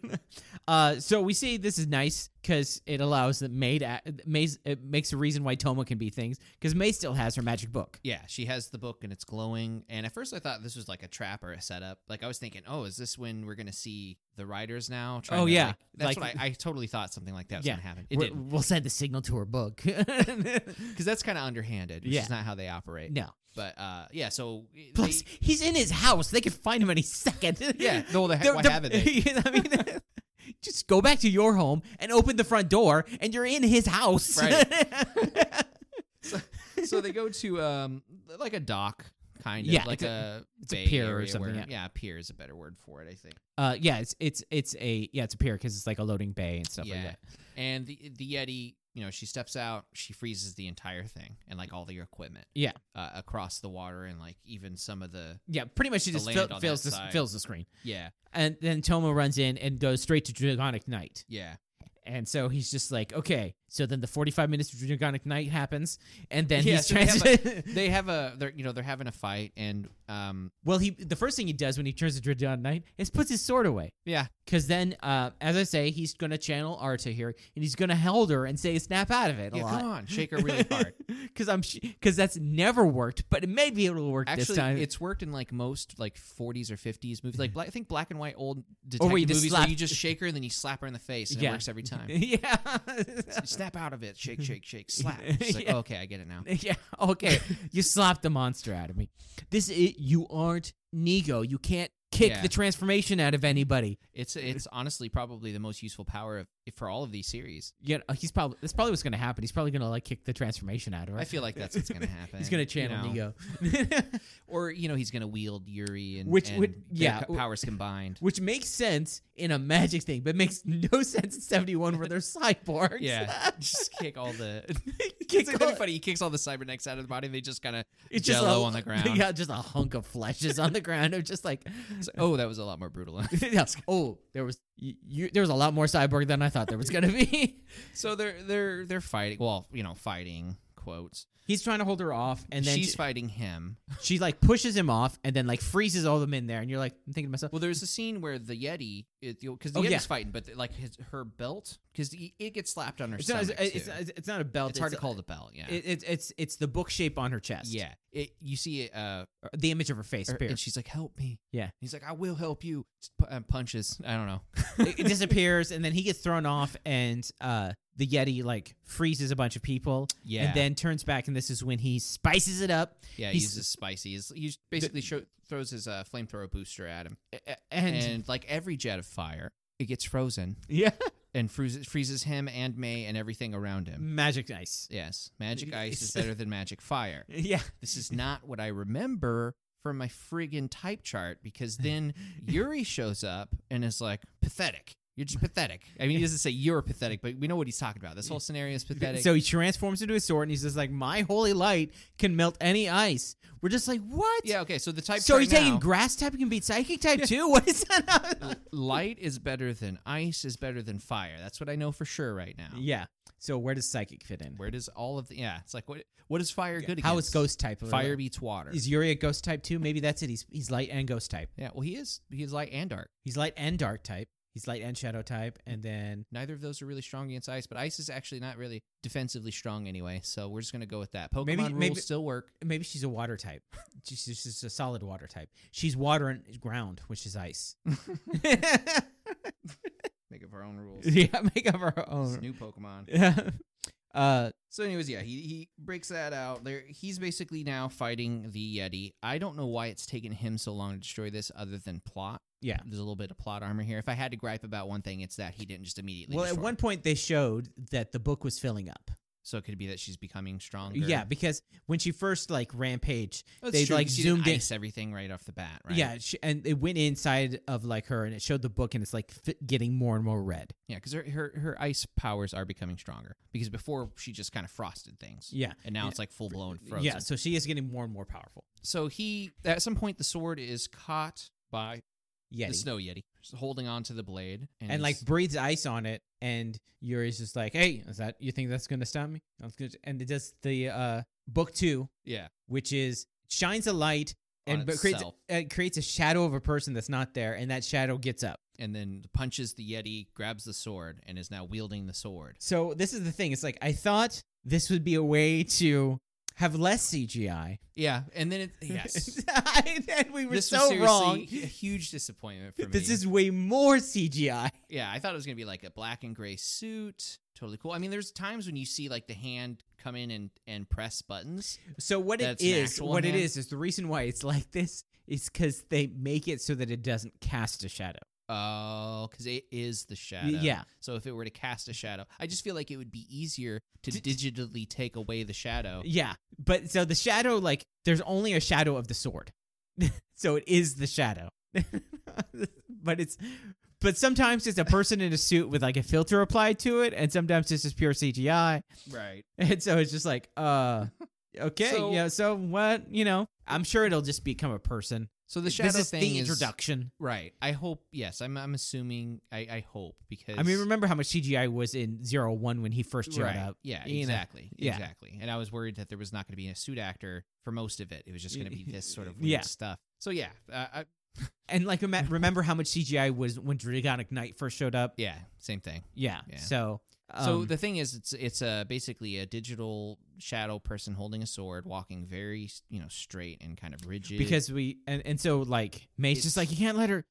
Speaker 1: Uh, so we see this is nice because it allows that May to act, May's, it makes a reason why Toma can be things because May still has her magic book.
Speaker 2: yeah, she has the book and it's glowing. And at first, I thought this was like a trap or a setup. Like I was thinking, oh, is this when we're gonna see the riders now? trying
Speaker 1: Oh,
Speaker 2: to,
Speaker 1: yeah.
Speaker 2: like- that's
Speaker 1: Like-
Speaker 2: what I, I totally thought something like that was
Speaker 1: Yeah.
Speaker 2: gonna happen. It
Speaker 1: We're-
Speaker 2: didn't
Speaker 1: We'll send the signal to her book.
Speaker 2: because that's kind of underhanded. Which
Speaker 1: Yeah.
Speaker 2: is not how they operate.
Speaker 1: no.
Speaker 2: But uh, yeah, so they-
Speaker 1: Plus, he's in his house. They can find him any second.
Speaker 2: yeah, though the,
Speaker 1: The-
Speaker 2: why
Speaker 1: the-
Speaker 2: haven't they?
Speaker 1: I mean, just go back to your home and open the front door, and you're in his house.
Speaker 2: Right. so they go to um like a dock kind of
Speaker 1: Yeah,
Speaker 2: like
Speaker 1: it's
Speaker 2: a,
Speaker 1: it's a
Speaker 2: bay
Speaker 1: pier or
Speaker 2: area
Speaker 1: something,
Speaker 2: where-
Speaker 1: yeah.
Speaker 2: yeah pier is a better word for it i think
Speaker 1: uh, yeah, it's it's it's a yeah, it's a pier because it's like a loading bay and stuff like
Speaker 2: Yeah.
Speaker 1: that.
Speaker 2: and the the yeti you know she steps out she freezes the entire thing and like all the equipment
Speaker 1: Yeah.
Speaker 2: uh, across the water and like even some of the
Speaker 1: Yeah, pretty much it
Speaker 2: The
Speaker 1: just
Speaker 2: land
Speaker 1: fill-
Speaker 2: on
Speaker 1: fills
Speaker 2: that
Speaker 1: the
Speaker 2: side.
Speaker 1: fills the screen.
Speaker 2: yeah
Speaker 1: And then Toma runs in and goes straight to Dragonic Knight.
Speaker 2: yeah
Speaker 1: And so he's just like, okay. So then the 45 minutes of Dragonic Knight happens. And then
Speaker 2: Yeah,
Speaker 1: he's
Speaker 2: so
Speaker 1: trying
Speaker 2: they have
Speaker 1: to.
Speaker 2: they have a they're you know they're having a fight and um
Speaker 1: well, he the first thing he does when he turns to Dragonic Knight is puts his sword away.
Speaker 2: yeah
Speaker 1: Because then, uh, as I say, he's going to channel Arta here and he's going to hold her and say, snap out of it a
Speaker 2: yeah
Speaker 1: lot.
Speaker 2: come on shake her really hard
Speaker 1: Because I'm because that's never worked, but maybe it'll work this
Speaker 2: Actually,
Speaker 1: time.
Speaker 2: it's worked in like most like 40s or 50s movies. Like black, I think black and white old
Speaker 1: Or
Speaker 2: detective
Speaker 1: Oh, where you just
Speaker 2: movies
Speaker 1: slap-
Speaker 2: where you just shake her and then you slap her in the face and
Speaker 1: Yeah.
Speaker 2: it works every time.
Speaker 1: yeah.
Speaker 2: snap out of it. Shake, shake, shake, slap. She's like,
Speaker 1: Yeah.
Speaker 2: "Oh, okay, I get it now.
Speaker 1: Yeah. Okay. you slapped the monster out of me. This is, you aren't Nego. You can't kick
Speaker 2: Yeah.
Speaker 1: the transformation out of anybody.
Speaker 2: It's it's honestly probably the most useful power of for all of these series.
Speaker 1: You know, he's probably that's probably what's gonna happen. He's probably gonna like kick the transformation out of her.
Speaker 2: I feel like that's what's gonna happen.
Speaker 1: he's gonna
Speaker 2: you
Speaker 1: channel
Speaker 2: know?
Speaker 1: Nego,
Speaker 2: or you know he's gonna wield Yuri and
Speaker 1: Which
Speaker 2: and
Speaker 1: would-
Speaker 2: their
Speaker 1: yeah,
Speaker 2: co-
Speaker 1: w-
Speaker 2: powers combined.
Speaker 1: which makes sense in a magic thing, but makes no sense in seventy one where they're cyborgs.
Speaker 2: Yeah, just kick all the.
Speaker 1: Kick
Speaker 2: It's like
Speaker 1: all-
Speaker 2: that'd be funny. He kicks all the cybernecks out of the body. They just kind of
Speaker 1: it's just
Speaker 2: jello
Speaker 1: a-
Speaker 2: on the ground.
Speaker 1: Yeah, just a hunk of flesh is on the ground. I'm just like,
Speaker 2: It's like, oh, that was a lot more brutal.
Speaker 1: yeah. oh, there was you, you, there was a lot more cyborg than I thought there was gonna be.
Speaker 2: so they're they're they're fighting. Well, you know, fighting quotes.
Speaker 1: He's trying to hold her off, and then
Speaker 2: she's
Speaker 1: she,
Speaker 2: fighting him.
Speaker 1: she, like pushes him off, and then like freezes all them in there. And you're like, I'm thinking to myself,
Speaker 2: Well, there's a scene where the Yeti, because the
Speaker 1: Oh,
Speaker 2: Yeti's
Speaker 1: yeah.
Speaker 2: fighting, but like his her belt, because it gets slapped on her
Speaker 1: it's not,
Speaker 2: stomach.
Speaker 1: it's,
Speaker 2: too.
Speaker 1: it's, it's, not a belt.
Speaker 2: It's hard to call it a belt. Yeah,
Speaker 1: It, it's it's it's the book shape on her chest.
Speaker 2: yeah. It, you see it, uh,
Speaker 1: Or the image of her face.
Speaker 2: her-
Speaker 1: appear.
Speaker 2: and she's like, "Help me!"
Speaker 1: Yeah.
Speaker 2: he's like, "I will help you." S- pu- uh, punches. I don't know.
Speaker 1: it, it disappears, and then he gets thrown off, and uh, the yeti like freezes a bunch of people,
Speaker 2: Yeah,
Speaker 1: and then turns back, and this is when he spices it up,
Speaker 2: yeah,
Speaker 1: he's-
Speaker 2: he's uses spicy. He's, he basically show, throws his uh, flamethrower booster at him,
Speaker 1: a- a- and,
Speaker 2: and, like every jet of fire, it gets frozen
Speaker 1: yeah,
Speaker 2: and freezes, freezes him and May and everything around him.
Speaker 1: magic ice.
Speaker 2: Yes, magic ice
Speaker 1: It's-
Speaker 2: is better than magic fire.
Speaker 1: Yeah,
Speaker 2: this is not what I remember from my friggin' type chart because then Yuri shows up and is like, pathetic. You're just pathetic. I mean, he doesn't say you're pathetic, but we know what he's talking about. This whole scenario is pathetic.
Speaker 1: so he transforms into a sword, and he's just like, "My holy light can melt any ice." We're just like, "What?"
Speaker 2: yeah, okay. So the type
Speaker 1: so
Speaker 2: chart
Speaker 1: are you taking
Speaker 2: now,
Speaker 1: grass type you can beat psychic type too? What is that?
Speaker 2: light is better than ice is better than fire. That's what I know for sure right now.
Speaker 1: yeah. So where does psychic fit in?
Speaker 2: Where does all of the yeah? It's like what what is fire good against?
Speaker 1: How is ghost type? of-
Speaker 2: Fire beats water.
Speaker 1: Is Yuri a ghost type too? Maybe that's it. He's he's light and ghost type.
Speaker 2: yeah, well, he is. He is light and dark.
Speaker 1: He's light and dark type. He's light and shadow type, and then
Speaker 2: Neither of those are really strong against ice, but ice is actually not really defensively strong anyway. So we're just gonna go with that. Pokemon
Speaker 1: Maybe-
Speaker 2: rules
Speaker 1: maybe-
Speaker 2: still work.
Speaker 1: maybe she's a water type. She's just she's a solid water type. She's water and ground, which is ice.
Speaker 2: Make up our own rules.
Speaker 1: yeah, make up our
Speaker 2: It's
Speaker 1: own.
Speaker 2: new Pokemon.
Speaker 1: Yeah. Uh,
Speaker 2: So, anyways, yeah, he, he breaks that out. There, he's basically now fighting the Yeti. I don't know why it's taken him so long to destroy this, other than plot.
Speaker 1: Yeah.
Speaker 2: there's a little bit of plot armor here. If I had to gripe about one thing, it's that he didn't just immediately.
Speaker 1: well, at
Speaker 2: destroy
Speaker 1: one
Speaker 2: it.
Speaker 1: point they showed that the book was filling up.
Speaker 2: So it could be that she's becoming stronger.
Speaker 1: Yeah, because when she first like rampaged,
Speaker 2: That's
Speaker 1: they,
Speaker 2: true,
Speaker 1: like,
Speaker 2: 'cause you
Speaker 1: zoomed
Speaker 2: didn't
Speaker 1: in-
Speaker 2: ice everything right off the bat, right?
Speaker 1: yeah, she, and it went inside of like her, and it showed the book, and it's like fit, getting more and more red.
Speaker 2: yeah, because her, her her ice powers are becoming stronger. Because before she just kind of frosted things,
Speaker 1: Yeah,
Speaker 2: and now it's like full blown frozen.
Speaker 1: yeah. So she is getting more and more powerful.
Speaker 2: So he at some point the sword is caught by
Speaker 1: Yeah,
Speaker 2: the snow yeti, He's holding on to the blade, and,
Speaker 1: and like
Speaker 2: he's-
Speaker 1: breathes ice on it, and Yuri's just like, "Hey, is that you think that's gonna stop me?" I was gonna, and it does the uh, book two,
Speaker 2: yeah,
Speaker 1: which is shines a light
Speaker 2: On
Speaker 1: and but creates
Speaker 2: itself.
Speaker 1: uh, creates a shadow of a person that's not there, and that shadow gets up.
Speaker 2: and then punches the yeti, grabs the sword, and is now wielding the sword.
Speaker 1: So this is the thing. It's like I thought this would be a way to have less CGI.
Speaker 2: Yeah, and then it, yes,
Speaker 1: and we were
Speaker 2: this was
Speaker 1: so
Speaker 2: seriously
Speaker 1: wrong.
Speaker 2: a huge disappointment for me.
Speaker 1: This is way more CGI.
Speaker 2: yeah, I thought it was gonna be like a black and gray suit, totally cool. I mean, there's times when you see like the hand come in and and press buttons.
Speaker 1: So what
Speaker 2: That's
Speaker 1: it
Speaker 2: an
Speaker 1: is,
Speaker 2: actual
Speaker 1: what it
Speaker 2: hand?
Speaker 1: is, is the reason why it's like this is because they make it so that it doesn't cast a shadow.
Speaker 2: Oh, because it is the shadow.
Speaker 1: Yeah.
Speaker 2: So if it were to cast a shadow, I just feel like it would be easier to digitally take away the shadow.
Speaker 1: Yeah, but so the shadow, like, there's only a shadow of the sword, so it is the shadow. but it's, but sometimes it's a person in a suit with like a filter applied to it, and sometimes it's just pure CGI,
Speaker 2: Right.
Speaker 1: and so it's just like, uh, okay,
Speaker 2: So-
Speaker 1: yeah. So what, you know, I'm sure it'll just become a person.
Speaker 2: So the shadow
Speaker 1: this is
Speaker 2: thing
Speaker 1: the
Speaker 2: is
Speaker 1: introduction.
Speaker 2: right. I hope. Yes, I'm. I'm assuming. I. I hope because
Speaker 1: I mean, remember how much CGI was in Zero One when he first showed
Speaker 2: Right.
Speaker 1: up?
Speaker 2: Yeah,
Speaker 1: you know.
Speaker 2: exactly.
Speaker 1: Yeah.
Speaker 2: Exactly. And I was worried that there was not going to be a suit actor for most of it. It was just going to be this sort of weird
Speaker 1: Yeah.
Speaker 2: stuff. So yeah, uh, I,
Speaker 1: And like, ima- remember how much CGI was when Dragonic Knight first showed up?
Speaker 2: yeah, same thing.
Speaker 1: Yeah.
Speaker 2: Yeah.
Speaker 1: So,
Speaker 2: so
Speaker 1: um,
Speaker 2: the thing is, it's it's a basically a digital shadow person holding a sword, walking very you know straight and kind of rigid.
Speaker 1: because we and, and so like Mace just
Speaker 2: It's-
Speaker 1: like you can't let her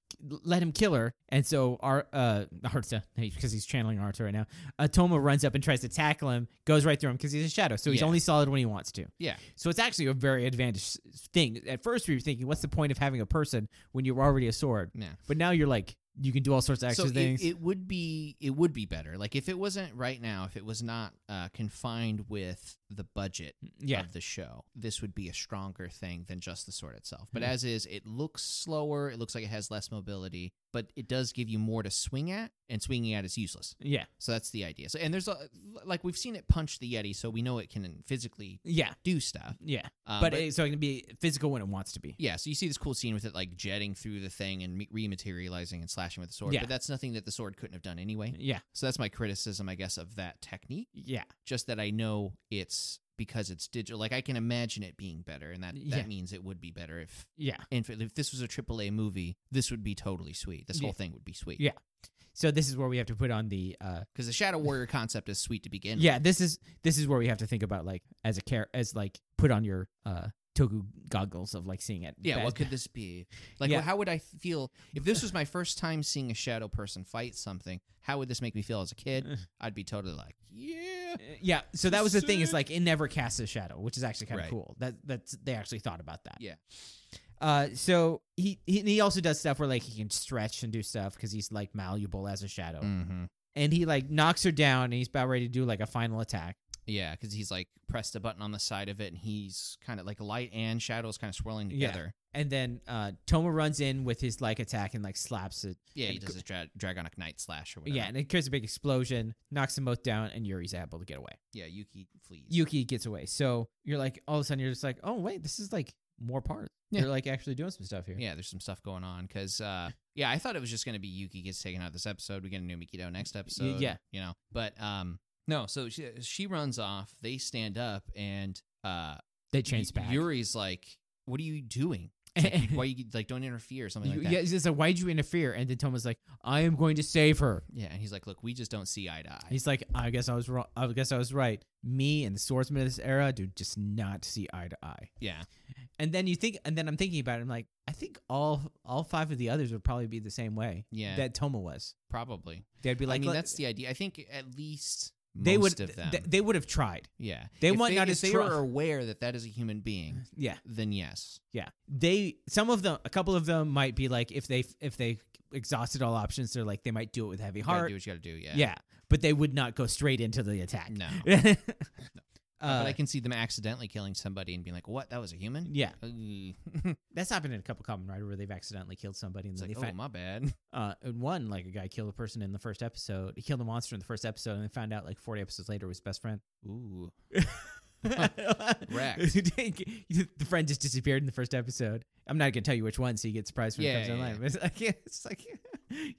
Speaker 1: let him kill her, and so our uh Arta because he's channeling Arta right now. Atoma runs up and tries to tackle him, goes right through him because he's a shadow, so he's
Speaker 2: Yeah.
Speaker 1: only solid when he wants to.
Speaker 2: yeah,
Speaker 1: So it's actually a very advantageous thing. At first, we were thinking, what's the point of having a person when you're already a sword?
Speaker 2: yeah.
Speaker 1: But now you're like, you can do all sorts of extra
Speaker 2: So it,
Speaker 1: things.
Speaker 2: it would be it would be better. Like if it wasn't right now, if it was not uh, confined with the budget
Speaker 1: yeah,
Speaker 2: of the show. This would be a stronger thing than just the sword itself. But
Speaker 1: Mhm.
Speaker 2: as is, it looks slower. It looks like it has less mobility, but it does give you more to swing at, and swinging at is useless.
Speaker 1: yeah,
Speaker 2: So that's the idea. So and there's a, like we've seen it punch the yeti, so we know it can physically
Speaker 1: yeah,
Speaker 2: do stuff.
Speaker 1: yeah.
Speaker 2: Um,
Speaker 1: but it, so it can be physical when it wants to be.
Speaker 2: yeah, so you see this cool scene with it like jetting through the thing and me- rematerializing and slashing with the sword.
Speaker 1: Yeah.
Speaker 2: But that's nothing that the sword couldn't have done anyway.
Speaker 1: Yeah,
Speaker 2: So that's my criticism, I guess, of that technique.
Speaker 1: yeah,
Speaker 2: just that I know it's because it's digital. Like I can imagine it being better, and that
Speaker 1: Yeah.
Speaker 2: that means it would be better if
Speaker 1: yeah.
Speaker 2: and if, if this was a AAA movie, this would be totally sweet. This
Speaker 1: Yeah.
Speaker 2: whole thing would be sweet.
Speaker 1: Yeah. So this is where we have to put on the uh,
Speaker 2: because the Shadow Warrior concept is sweet to begin.
Speaker 1: yeah this is this is where we have to think about like as a care as like put on your uh togu goggles of like seeing it
Speaker 2: with. yeah.
Speaker 1: bad.
Speaker 2: What could this be? Like,
Speaker 1: Yeah.
Speaker 2: wh- how would I feel if this was my first time seeing a shadow person fight something? How would this make me feel as a
Speaker 1: Eh.
Speaker 2: kid? I'd be totally like, yeah,
Speaker 1: Uh, yeah so that was the thing is
Speaker 2: Sick.
Speaker 1: like it never casts a shadow which is actually kind of
Speaker 2: Right.
Speaker 1: cool that that's they actually thought about that
Speaker 2: Yeah.
Speaker 1: uh so he, he he also does stuff where like he can stretch and do stuff because he's like malleable as a shadow
Speaker 2: mm-hmm.
Speaker 1: and he like knocks her down and he's about ready to do like a final attack
Speaker 2: yeah, because he's like pressed a button on the side of it, and he's kind of like light and shadows kind of swirling
Speaker 1: Yeah.
Speaker 2: together.
Speaker 1: and then uh toma runs in with his like attack and like slaps it
Speaker 2: Yeah, he
Speaker 1: And
Speaker 2: does
Speaker 1: go-
Speaker 2: his dra- Dragonic Knight slash or whatever.
Speaker 1: yeah and it creates a big explosion knocks them both down and yuri's able to get away
Speaker 2: Yeah, Yuki flees.
Speaker 1: Yuki gets away. So you're like, all of a sudden, you're just like, oh wait, this is like more parts.
Speaker 2: Yeah.
Speaker 1: They're like actually doing some stuff here.
Speaker 2: Yeah, there's some stuff going on because, uh, yeah, I thought it was just gonna be Yuki gets taken out this episode. We get a new Mikito next episode.
Speaker 1: yeah.
Speaker 2: you know, but um, no. So she she runs off. They stand up and uh,
Speaker 1: They change
Speaker 2: Y-
Speaker 1: back.
Speaker 2: Yuri's like, "What are you doing? It's like, Why you like don't interfere or something
Speaker 1: You-
Speaker 2: like that?"
Speaker 1: yeah, it's just like, why'd you interfere? And then Toma's like, I am going to save her.
Speaker 2: Yeah, and he's like, "Look, we just don't see eye to eye."
Speaker 1: He's like, I guess I was wrong. I guess I was right. Me and the swordsman of this era do just not see eye to eye.
Speaker 2: yeah,
Speaker 1: And then you think, and then I'm thinking about it. I'm like, I think all all five of the others would probably be the same way
Speaker 2: yeah,
Speaker 1: that Toma was.
Speaker 2: probably.
Speaker 1: They'd be like,
Speaker 2: I mean,
Speaker 1: "Let-
Speaker 2: that's the idea. I think at least
Speaker 1: they
Speaker 2: most
Speaker 1: would
Speaker 2: of them.
Speaker 1: th- they would have tried.
Speaker 2: yeah,
Speaker 1: they
Speaker 2: If
Speaker 1: might not
Speaker 2: If
Speaker 1: as
Speaker 2: they
Speaker 1: tru-
Speaker 2: were aware that that is a human being,
Speaker 1: Yeah,
Speaker 2: then yes.
Speaker 1: Yeah, they some of them, a couple of them might be like if they if they exhausted all options, they're like they might do it with heavy
Speaker 2: You gotta
Speaker 1: heart.
Speaker 2: do what you gotta do. Yeah.
Speaker 1: yeah, but they would not go straight into the attack.
Speaker 2: No.
Speaker 1: uh,
Speaker 2: but I can see them accidentally killing somebody and being like, "What? That was a human?"
Speaker 1: yeah,
Speaker 2: Ugh.
Speaker 1: that's happened in a couple Common Rider where they've accidentally killed somebody and
Speaker 2: It's
Speaker 1: then
Speaker 2: like,
Speaker 1: they
Speaker 2: "Oh,
Speaker 1: find
Speaker 2: my bad."
Speaker 1: uh, and one like a guy killed a person in the first episode. He killed a monster in the first episode and then found out like forty episodes later was best friend.
Speaker 2: Ooh.
Speaker 1: Wrecked. the friend just disappeared in the first episode. I'm not gonna tell you which one, so you get surprised when
Speaker 2: Yeah,
Speaker 1: it comes
Speaker 2: yeah,
Speaker 1: online.
Speaker 2: yeah.
Speaker 1: But it's like, it's like,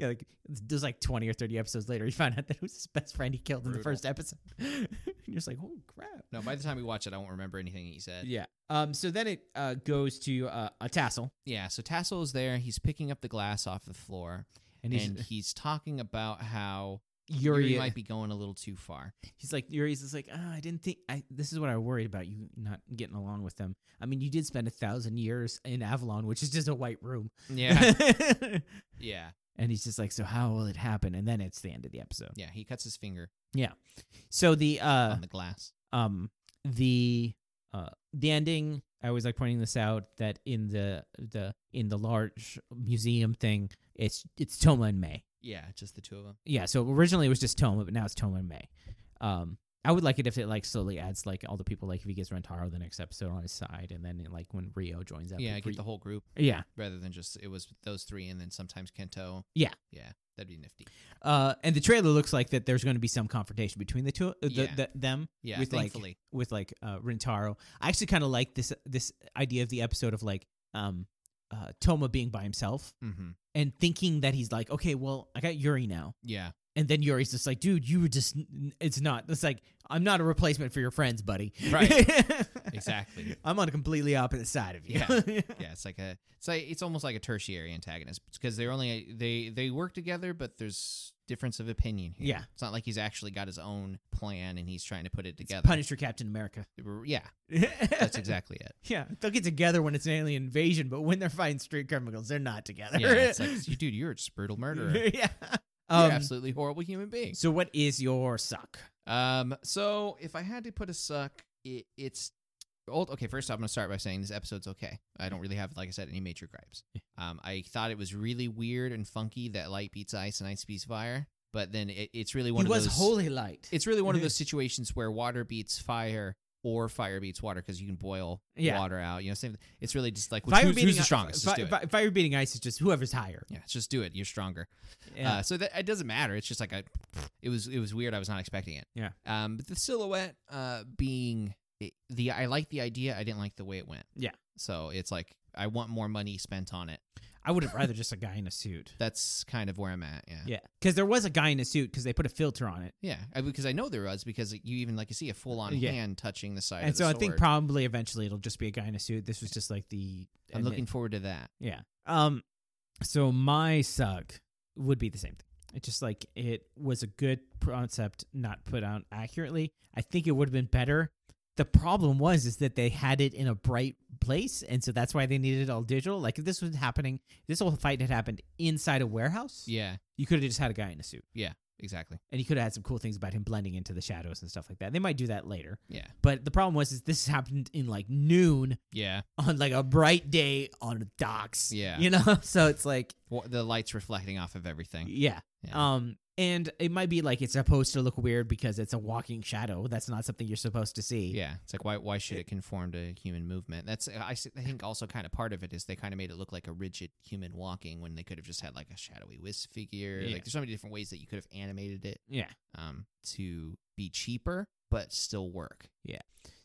Speaker 1: yeah, like there's like 20 or 30 episodes later, he found out that it was his best friend he killed in the
Speaker 2: Brutal.
Speaker 1: first episode. and you're just like, oh crap.
Speaker 2: No, by the time we watch it, I won't remember anything he said.
Speaker 1: Yeah. Um. So then it uh, goes to uh, a tassel,
Speaker 2: Yeah, so Tassel is there. He's picking up the glass off the floor,
Speaker 1: and he's
Speaker 2: and he's talking about how
Speaker 1: Yuri. uh,
Speaker 2: might be going a little too far.
Speaker 1: he's like Yuri's just like, oh, I didn't think. I this is what I worried about you not getting along with them. I mean, you did spend a thousand years in Avalon, which is just a white room.
Speaker 2: Yeah, yeah,
Speaker 1: And he's just like, so how will it happen? And then it's the end of the episode.
Speaker 2: yeah. He cuts his finger
Speaker 1: So the uh
Speaker 2: on the glass.
Speaker 1: um the uh the ending, I always like pointing this out that in the the in the large museum thing, it's it's Toma and May.
Speaker 2: Yeah, just the two of them.
Speaker 1: Yeah, so originally it was just Toma, but now it's Toma and May. Um I would like it if it like slowly adds like all the people like if he gets Rentaro the next episode on his side and then like when Rio joins up.
Speaker 2: yeah,
Speaker 1: if
Speaker 2: I get
Speaker 1: Ri-
Speaker 2: the whole group
Speaker 1: Yeah.
Speaker 2: rather than just it was those three, and then sometimes Kento.
Speaker 1: Yeah.
Speaker 2: yeah, that'd be nifty.
Speaker 1: Uh and the trailer looks like that there's going to be some confrontation between the two uh, the,
Speaker 2: Yeah.
Speaker 1: the, them.
Speaker 2: Yeah,
Speaker 1: With, like,
Speaker 2: thankfully.
Speaker 1: with like uh Rintaro. I actually kind of like this this idea of the episode of like um uh Toma being by himself
Speaker 2: mm-hmm.
Speaker 1: and thinking that he's like, okay, well, I got Yuri now.
Speaker 2: Yeah,
Speaker 1: And then Yuri's just like, dude, you were just, it's not, it's like, I'm not a replacement for your friends, buddy.
Speaker 2: Right. Exactly.
Speaker 1: I'm on a completely opposite side of you. Yeah.
Speaker 2: yeah. It's like a it's like it's almost like a tertiary antagonist because they're only they they work together, but there's difference of opinion here.
Speaker 1: Yeah.
Speaker 2: it's not like he's actually got his own plan and he's trying to put it
Speaker 1: It's
Speaker 2: together.
Speaker 1: Punisher Captain America.
Speaker 2: Yeah, that's
Speaker 1: That's
Speaker 2: exactly it.
Speaker 1: Yeah. They'll get together when it's an alien invasion, but when they're fighting street criminals, they're not together.
Speaker 2: Yeah, it's like, dude, you're a just brutal murderer. You're
Speaker 1: yeah.
Speaker 2: an
Speaker 1: Um,
Speaker 2: absolutely horrible human being.
Speaker 1: So, what is your suck?
Speaker 2: Um, so if I had to put a suck, it, it's old. Okay, first off, I'm gonna start by saying this episode's okay. I don't really have, like I said, any major gripes. Um, I thought it was really weird and funky that light beats ice and ice beats fire, but then it, it's really one
Speaker 1: he
Speaker 2: of
Speaker 1: was
Speaker 2: those.
Speaker 1: holy light.
Speaker 2: it's really one of those situations where water beats fire or fire beats water because you can boil
Speaker 1: Yeah.
Speaker 2: water out. You know, same. It's really just like which, who's, who's the strongest.
Speaker 1: Fire,
Speaker 2: Just do it.
Speaker 1: fire beating ice is just whoever's higher.
Speaker 2: Yeah, just do it. You're stronger.
Speaker 1: Yeah.
Speaker 2: Uh, so that it doesn't matter. It's just like a, it was it was weird. I was not expecting it.
Speaker 1: Yeah.
Speaker 2: Um, but the silhouette, uh, being it, the I like the idea. I didn't like the way it went.
Speaker 1: Yeah.
Speaker 2: So it's like I want more money spent on it.
Speaker 1: I would have rather just a guy in a suit.
Speaker 2: That's kind of where I'm at. Yeah.
Speaker 1: Yeah, because there was a guy in a suit because they put a filter on it,
Speaker 2: Yeah. I, because I know there was because you even like you see a full on
Speaker 1: Yeah.
Speaker 2: hand touching the side.
Speaker 1: and
Speaker 2: of
Speaker 1: so
Speaker 2: the
Speaker 1: I
Speaker 2: sword.
Speaker 1: think probably eventually it'll just be a guy in a suit. This was just like the.
Speaker 2: I'm looking forward to that.
Speaker 1: Yeah. Um. So my suck would be the same thing. It's just like it was a good concept, not put out accurately. I think it would have been better. The problem was is that they had it in a bright place, and so that's why they needed it all digital. Like if this was happening, this whole fight had happened inside a warehouse.
Speaker 2: Yeah.
Speaker 1: You could have just had a guy in a suit.
Speaker 2: Exactly.
Speaker 1: and he could have had some cool things about him blending into the shadows and stuff like that. They might do that later.
Speaker 2: Yeah.
Speaker 1: But the problem was is this happened in like noon
Speaker 2: Yeah.
Speaker 1: on like a bright day on the docks.
Speaker 2: Yeah.
Speaker 1: You know? So it's like
Speaker 2: Wha- the lights reflecting off of everything.
Speaker 1: yeah.
Speaker 2: Yeah.
Speaker 1: Um and it might be like it's supposed to look weird because it's a walking shadow. That's not something you're supposed to see.
Speaker 2: Yeah, it's like why why should it conform to human movement? That's I s- I think also kind of part of it is they kind of made it look like a rigid human walking when they could have just had like a shadowy wisp figure.
Speaker 1: Yeah.
Speaker 2: Like there's so many different ways that you could have animated it
Speaker 1: Yeah.
Speaker 2: um to be cheaper but still work.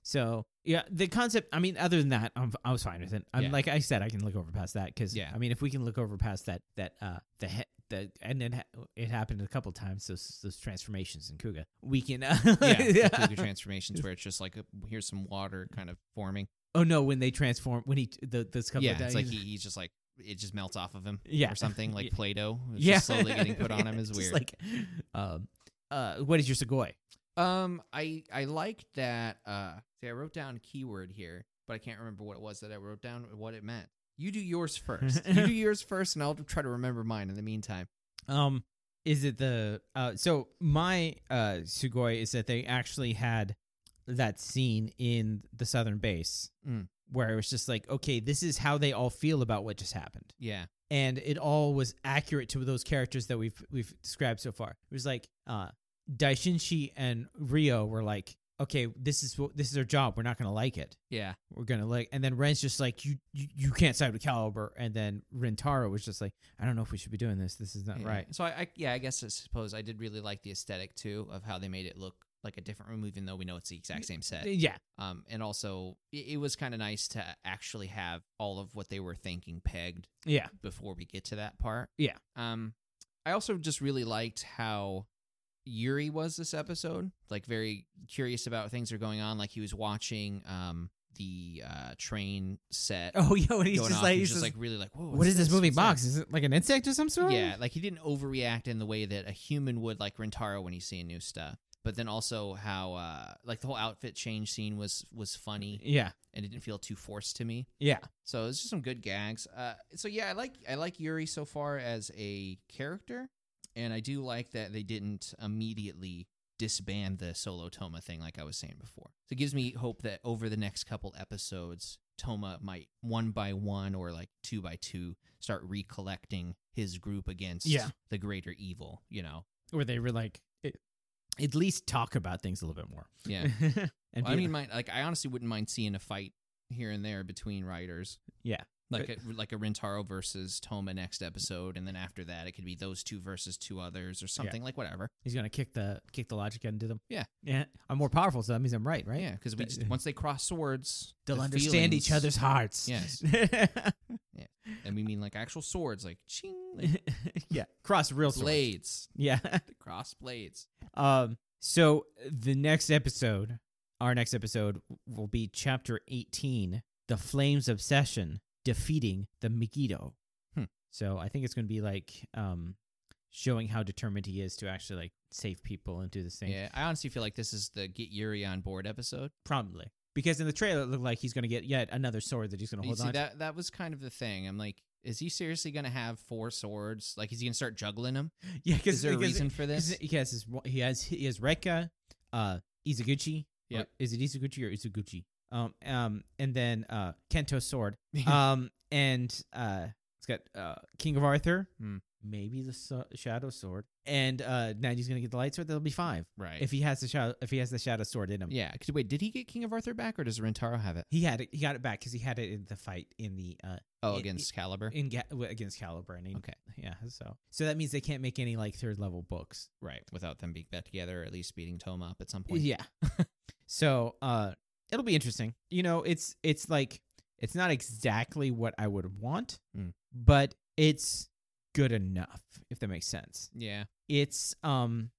Speaker 1: So yeah, the concept. I mean, other than that, I'm I was fine with it. I'm
Speaker 2: Yeah.
Speaker 1: like I said, I can look over past that because
Speaker 2: Yeah.
Speaker 1: I mean, if we can look over past that that uh the he- the and then ha- it happened a couple times those those transformations in Kuga, we can uh,
Speaker 2: Yeah,
Speaker 1: yeah.
Speaker 2: yeah. Kuga transformations where it's just like a, here's some water kind of forming.
Speaker 1: oh no, when they transform when he the those couple
Speaker 2: yeah,
Speaker 1: of times
Speaker 2: it's like he, he's just like it just melts off of him
Speaker 1: yeah
Speaker 2: or something like
Speaker 1: Yeah.
Speaker 2: Play-Doh. It's
Speaker 1: yeah
Speaker 2: just slowly getting put on him is
Speaker 1: Just
Speaker 2: weird.
Speaker 1: like um uh what is your Segway?
Speaker 2: Um, I I like that. Uh, see, I wrote down a keyword here, but I can't remember what it was that I wrote down. What it meant. You do yours first. you do yours first, and I'll try to remember mine in the meantime.
Speaker 1: Um, is it the uh? So my uh sugoi is that they actually had that scene in the southern base
Speaker 2: Mm.
Speaker 1: where it was just like, okay, this is how they all feel about what just happened,
Speaker 2: Yeah,
Speaker 1: and it all was accurate to those characters that we've we've described so far. It was like, uh. Daishinshi and Rio were like, okay, this is what this is our job. We're not gonna like it.
Speaker 2: Yeah.
Speaker 1: We're gonna like, and then Ren's just like, you you, you can't side with Caliber, and then Rentaro was just like, I don't know if we should be doing this. This is not
Speaker 2: Yeah.
Speaker 1: right.
Speaker 2: So I, I yeah, I guess I suppose I did really like the aesthetic too of how they made it look like a different room, even though we know it's the exact same set.
Speaker 1: Uh, Yeah,
Speaker 2: Um, and also it, it was kind of nice to actually have all of what they were thinking pegged
Speaker 1: yeah,
Speaker 2: before we get to that part.
Speaker 1: Yeah.
Speaker 2: Um, I also just really liked how Yuri was this episode. Like very curious about things that are going on. Like he was watching um the uh train set.
Speaker 1: Oh yeah, when he's
Speaker 2: going
Speaker 1: just
Speaker 2: off.
Speaker 1: like,
Speaker 2: he's
Speaker 1: he's
Speaker 2: just
Speaker 1: just
Speaker 2: like really like whoa.
Speaker 1: what is this moving
Speaker 2: What's that?"
Speaker 1: box? Is it like an insect of some sort?
Speaker 2: Yeah, like he didn't overreact in the way that a human would, like Rentaro, when he's seeing new stuff. But then also how, uh, like the whole outfit change scene was was funny
Speaker 1: yeah,
Speaker 2: and it didn't feel too forced to me.
Speaker 1: yeah.
Speaker 2: So it was just some good gags. Uh, so yeah, I like I like Yuri so far as a character, and I do like that they didn't immediately disband the solo Toma thing like I was saying before. So it gives me hope that over the next couple episodes, Toma might one by one or like two by two start recollecting his group against
Speaker 1: Yeah.
Speaker 2: the greater evil. You know,
Speaker 1: Where they were like, it, at least talk about things a little bit more.
Speaker 2: yeah.
Speaker 1: and
Speaker 2: Well, I
Speaker 1: be-
Speaker 2: mean, my, like I honestly wouldn't mind seeing a fight here and there between writers.
Speaker 1: Yeah.
Speaker 2: like a, like a Rentaro versus Toma next episode, and then after that, it could be those two versus two others or something like whatever.
Speaker 1: he's gonna kick the kick the logic into them.
Speaker 2: Yeah.
Speaker 1: yeah. I'm more powerful, so that means I'm right, right?
Speaker 2: Yeah, because we
Speaker 1: Th-
Speaker 2: just, once they cross swords,
Speaker 1: They'll
Speaker 2: the
Speaker 1: understand each
Speaker 2: feelings-
Speaker 1: other's hearts.
Speaker 2: Yes, and we mean like actual swords, like ching, like
Speaker 1: yeah. Cross real swords.
Speaker 2: blades,
Speaker 1: Yeah.
Speaker 2: the cross blades.
Speaker 1: Um. So the next episode, our next episode will be chapter 18, the Flames Obsession defeating the Megiddo.
Speaker 2: Hmm.
Speaker 1: So I think it's going to be like um, showing how determined he is to actually like save people and do this thing.
Speaker 2: Yeah, I honestly feel like this is the get Yuri on board episode.
Speaker 1: Probably because in the trailer it looked like he's going to get yet another sword that he's going to
Speaker 2: You
Speaker 1: hold
Speaker 2: see,
Speaker 1: on. to.
Speaker 2: that that was kind of the thing. I'm like, is he seriously gonna have four swords? Like, is he gonna start juggling them?
Speaker 1: Yeah, cause,
Speaker 2: Is there a
Speaker 1: because-
Speaker 2: reason for
Speaker 1: Is
Speaker 2: this?
Speaker 1: it- He has his, wa- he has he has Rekka, uh, Izaguchi. or-
Speaker 2: Yep.
Speaker 1: Is it Izaguchi or Izaguchi? Um, um, and then uh, Kento's sword.
Speaker 2: Yeah.
Speaker 1: Um, and uh, it's got uh, King of Arthur.
Speaker 2: Hmm.
Speaker 1: Maybe the so- Shadow Sword. And uh, Nanji's gonna get the Light Sword. That'll be five
Speaker 2: right.
Speaker 1: if he has the shadow. If he has the Shadow Sword in him.
Speaker 2: yeah. 'cause wait, did he get King of Arthur back, or does Rentaro have it?
Speaker 1: He had it. He got it back because he had it in the fight in the uh
Speaker 2: Oh,
Speaker 1: It-
Speaker 2: against Caliber.
Speaker 1: in Ga- w- against Caliburn. and he-
Speaker 2: Okay.
Speaker 1: Yeah. So so that means they can't make any like third level books.
Speaker 2: Right, without them being back together, or at least beating Toma up at some point.
Speaker 1: Yeah. so uh it'll be interesting. You know, it's it's like it's not exactly what I would want,
Speaker 2: Mm.
Speaker 1: but it's good enough, if that makes sense.
Speaker 2: Yeah.
Speaker 1: It's um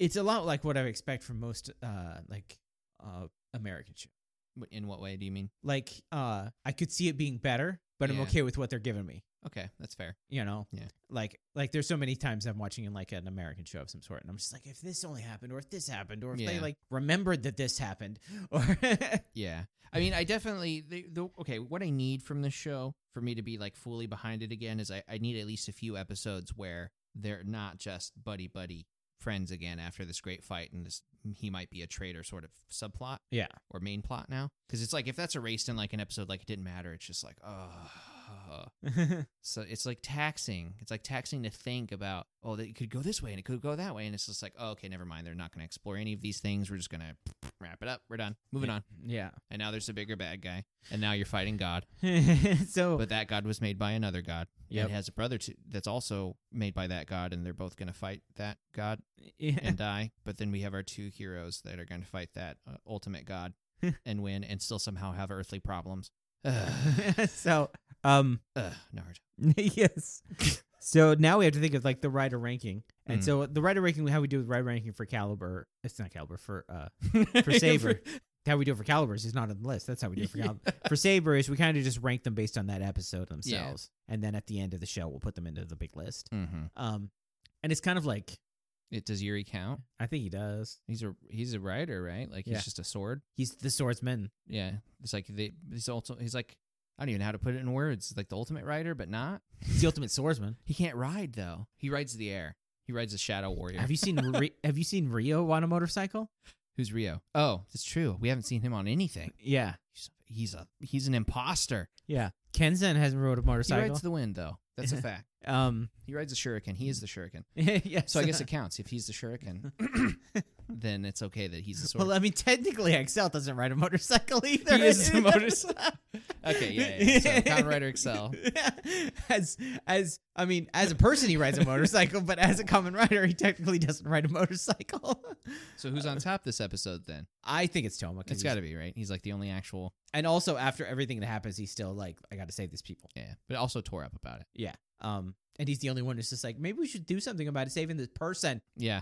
Speaker 1: it's a lot like what I would expect from most uh like uh American shows.
Speaker 2: W- In what way do you mean?
Speaker 1: Like uh I could see it being better, but I'm
Speaker 2: Yeah.
Speaker 1: okay with what they're giving me.
Speaker 2: Okay, that's fair.
Speaker 1: you know
Speaker 2: Yeah.
Speaker 1: like like there's so many times i'm watching in like an american show of some sort and i'm just like if this only happened or if this happened or if they
Speaker 2: Yeah.
Speaker 1: like remembered that this happened or
Speaker 2: Yeah. I mean, I definitely the, the okay, what I need from this show for me to be like fully behind it again is I, I need at least a few episodes where they're not just buddy buddy friends again after this great fight and this he might be a traitor sort of subplot
Speaker 1: yeah
Speaker 2: or main plot now because it's like if that's erased in like an episode like it didn't matter it's just like oh So it's like taxing. It's like taxing to think about, oh, that it could go this way and it could go that way. And it's just like, oh, okay, never mind. They're not going to explore any of these things. We're just going to wrap it up. We're done. Moving on.
Speaker 1: yeah
Speaker 2: And now there's a bigger bad guy. And now you're fighting God.
Speaker 1: so
Speaker 2: But that God was made by another God. Yeah,
Speaker 1: Oh. Yep.
Speaker 2: It has a brother too, that's also made by that God. And they're both going to fight that God
Speaker 1: yeah,
Speaker 2: and die. But then we have our two heroes that are going to fight that uh, ultimate God and win and still somehow have earthly problems. Ugh,
Speaker 1: so um
Speaker 2: Ugh, Naruto.
Speaker 1: yes so now we have to think of like the writer ranking and
Speaker 2: Mm.
Speaker 1: so the writer ranking how we do the writer ranking for caliber it's not caliber for uh for Saber. how we do it for calibers is not on the list. That's how we do it for
Speaker 2: Yeah.
Speaker 1: calibers. For sabers, we kind of just rank them based on that episode themselves, and then at the end of the show, we'll put them into the big list.
Speaker 2: hmm
Speaker 1: Um, and it's kind of like
Speaker 2: It, does Yuri count?
Speaker 1: I think he does.
Speaker 2: He's a he's a writer, right? Like
Speaker 1: Yeah.
Speaker 2: he's just a sword.
Speaker 1: He's the swordsman.
Speaker 2: Yeah, it's like they, he's also he's like I don't even know how to put it in words. Like the ultimate rider, but not.
Speaker 1: He's the ultimate swordsman.
Speaker 2: He can't ride though. He rides the air. He rides a shadow warrior.
Speaker 1: Have you seen Ri- Have you seen Rio on a motorcycle?
Speaker 2: Who's Rio? Oh, that's true. We haven't seen him on anything.
Speaker 1: Yeah,
Speaker 2: He's, he's a he's an imposter.
Speaker 1: yeah. Kenzen hasn't rode a
Speaker 2: He
Speaker 1: motorcycle.
Speaker 2: rides the wind though. That's a fact.
Speaker 1: Um,
Speaker 2: He rides a shuriken. He is the shuriken.
Speaker 1: yes.
Speaker 2: So I guess it counts. If he's the shuriken, then it's okay that he's the sword.
Speaker 1: Well, I mean, technically, Excel doesn't ride a motorcycle either.
Speaker 2: He is the motorcycle. okay, yeah, yeah. yeah. So Conrider Excel.
Speaker 1: as as I mean, as a person, he rides a motorcycle, but as a common rider, he technically doesn't ride a motorcycle.
Speaker 2: So who's on top this episode then?
Speaker 1: I think it's Toma. 'cause he's-
Speaker 2: It's got to be right. He's like the only actual.
Speaker 1: and also after everything that happens, he's still like, I got to save these people.
Speaker 2: Yeah, but also tore up about it.
Speaker 1: Yeah. Um, and he's the only one who's just like, maybe we should do something about it, saving this person.
Speaker 2: Yeah,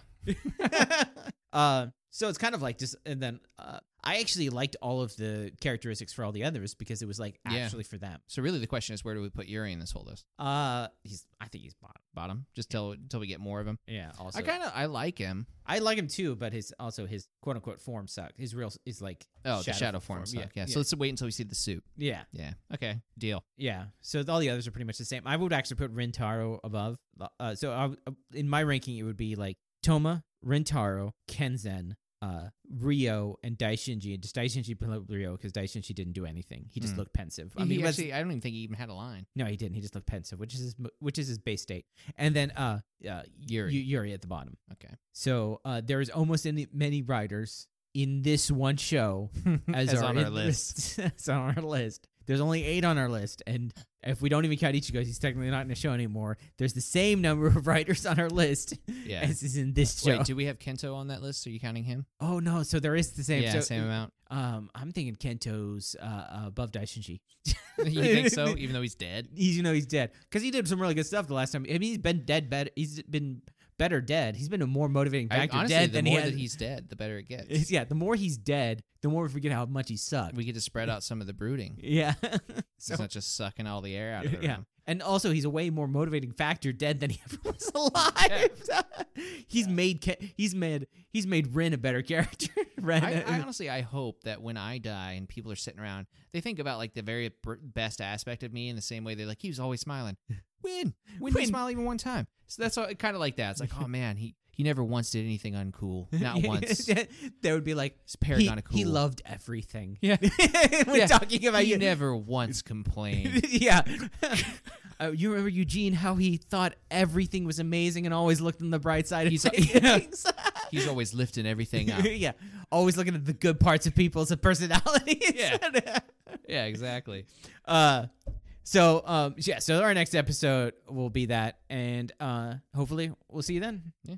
Speaker 1: uh, so it's kind of like just, and then uh, I actually liked all of the characteristics for all the others because it was like
Speaker 2: Yeah.
Speaker 1: actually for them.
Speaker 2: So really, the question is, where do we put Yuri in this whole list?
Speaker 1: Uh, he's, I think he's bottom.
Speaker 2: Bottom, just till till we get more of him.
Speaker 1: Yeah. Also,
Speaker 2: I kind of I like him.
Speaker 1: I like him too, but his also his quote unquote form sucks. His real is like
Speaker 2: Oh, the shadow form. suck. Yeah,
Speaker 1: Yeah.
Speaker 2: So let's wait until we see the suit.
Speaker 1: yeah.
Speaker 2: Yeah. Okay. Deal.
Speaker 1: Yeah. So th- all the others are pretty much the same. I would actually put Rintaro above. Uh, so I, w- in my ranking, it would be like Toma, Rintaro, Kenzen, uh, Rio, and Daishinji. And just Daishinji below Rio because Daishinji didn't do anything. He just
Speaker 2: Mm.
Speaker 1: looked pensive.
Speaker 2: I mean,
Speaker 1: he was-
Speaker 2: actually, I don't even think he even had a line.
Speaker 1: no, he didn't. He just looked pensive, which is his, mo- which is his base state. And then uh, uh,
Speaker 2: Yuri.
Speaker 1: Yuri. Yuri at the bottom.
Speaker 2: Okay.
Speaker 1: So uh, there is almost any many riders in this one show as, are
Speaker 2: on
Speaker 1: in
Speaker 2: our
Speaker 1: the-
Speaker 2: list.
Speaker 1: as on our list. There's only eight on our list, and if we don't even count Ichigo, he's technically not in the show anymore. There's the same number of writers on our list
Speaker 2: Yeah.
Speaker 1: as is in this show.
Speaker 2: Wait, do we have Kento on that list? Are you counting him?
Speaker 1: oh no, so there is the same.
Speaker 2: yeah,
Speaker 1: so,
Speaker 2: same amount.
Speaker 1: Um, I'm thinking Kento's uh, above Daishinji.
Speaker 2: you think so? Even though he's dead.
Speaker 1: He's you know he's dead because he did some really good stuff the last time. I mean, he's been dead better. He's been better dead. He's been a more motivating
Speaker 2: I,
Speaker 1: factor
Speaker 2: honestly,
Speaker 1: dead
Speaker 2: the
Speaker 1: than
Speaker 2: more
Speaker 1: he has.
Speaker 2: that he's dead, the better it gets.
Speaker 1: It's- yeah, the more he's dead, the more we forget how much he sucked.
Speaker 2: We get to spread out some of the brooding.
Speaker 1: yeah.
Speaker 2: It's not just sucking all the air out of it.
Speaker 1: yeah. And also, he's a way more motivating factor dead than he ever was alive. he's made Ke- he's made he's made Ren a better character. Ren,
Speaker 2: I, I honestly, I hope that when I die and people are sitting around, they think about like the very br- best aspect of me in the same way they're like, he was always smiling. When? When did he
Speaker 1: When?
Speaker 2: smile even one time? So that's kind of like that. It's like, oh man, he he never once did anything uncool. Not once. It's
Speaker 1: they would be like, he,
Speaker 2: paragon of cool.
Speaker 1: he loved everything.
Speaker 2: Yeah.
Speaker 1: We're
Speaker 2: Yeah.
Speaker 1: talking about
Speaker 2: He
Speaker 1: you.
Speaker 2: never once complained.
Speaker 1: yeah. Uh, you remember Eugene? How he thought everything was amazing and always looked on the bright side of
Speaker 2: He's-
Speaker 1: things.
Speaker 2: He's always lifting everything up.
Speaker 1: yeah, always looking at the good parts of people's personalities.
Speaker 2: Yeah. Yeah, exactly.
Speaker 1: Uh, so um, yeah. So our next episode will be that, and uh, hopefully we'll see you then.
Speaker 2: Yeah.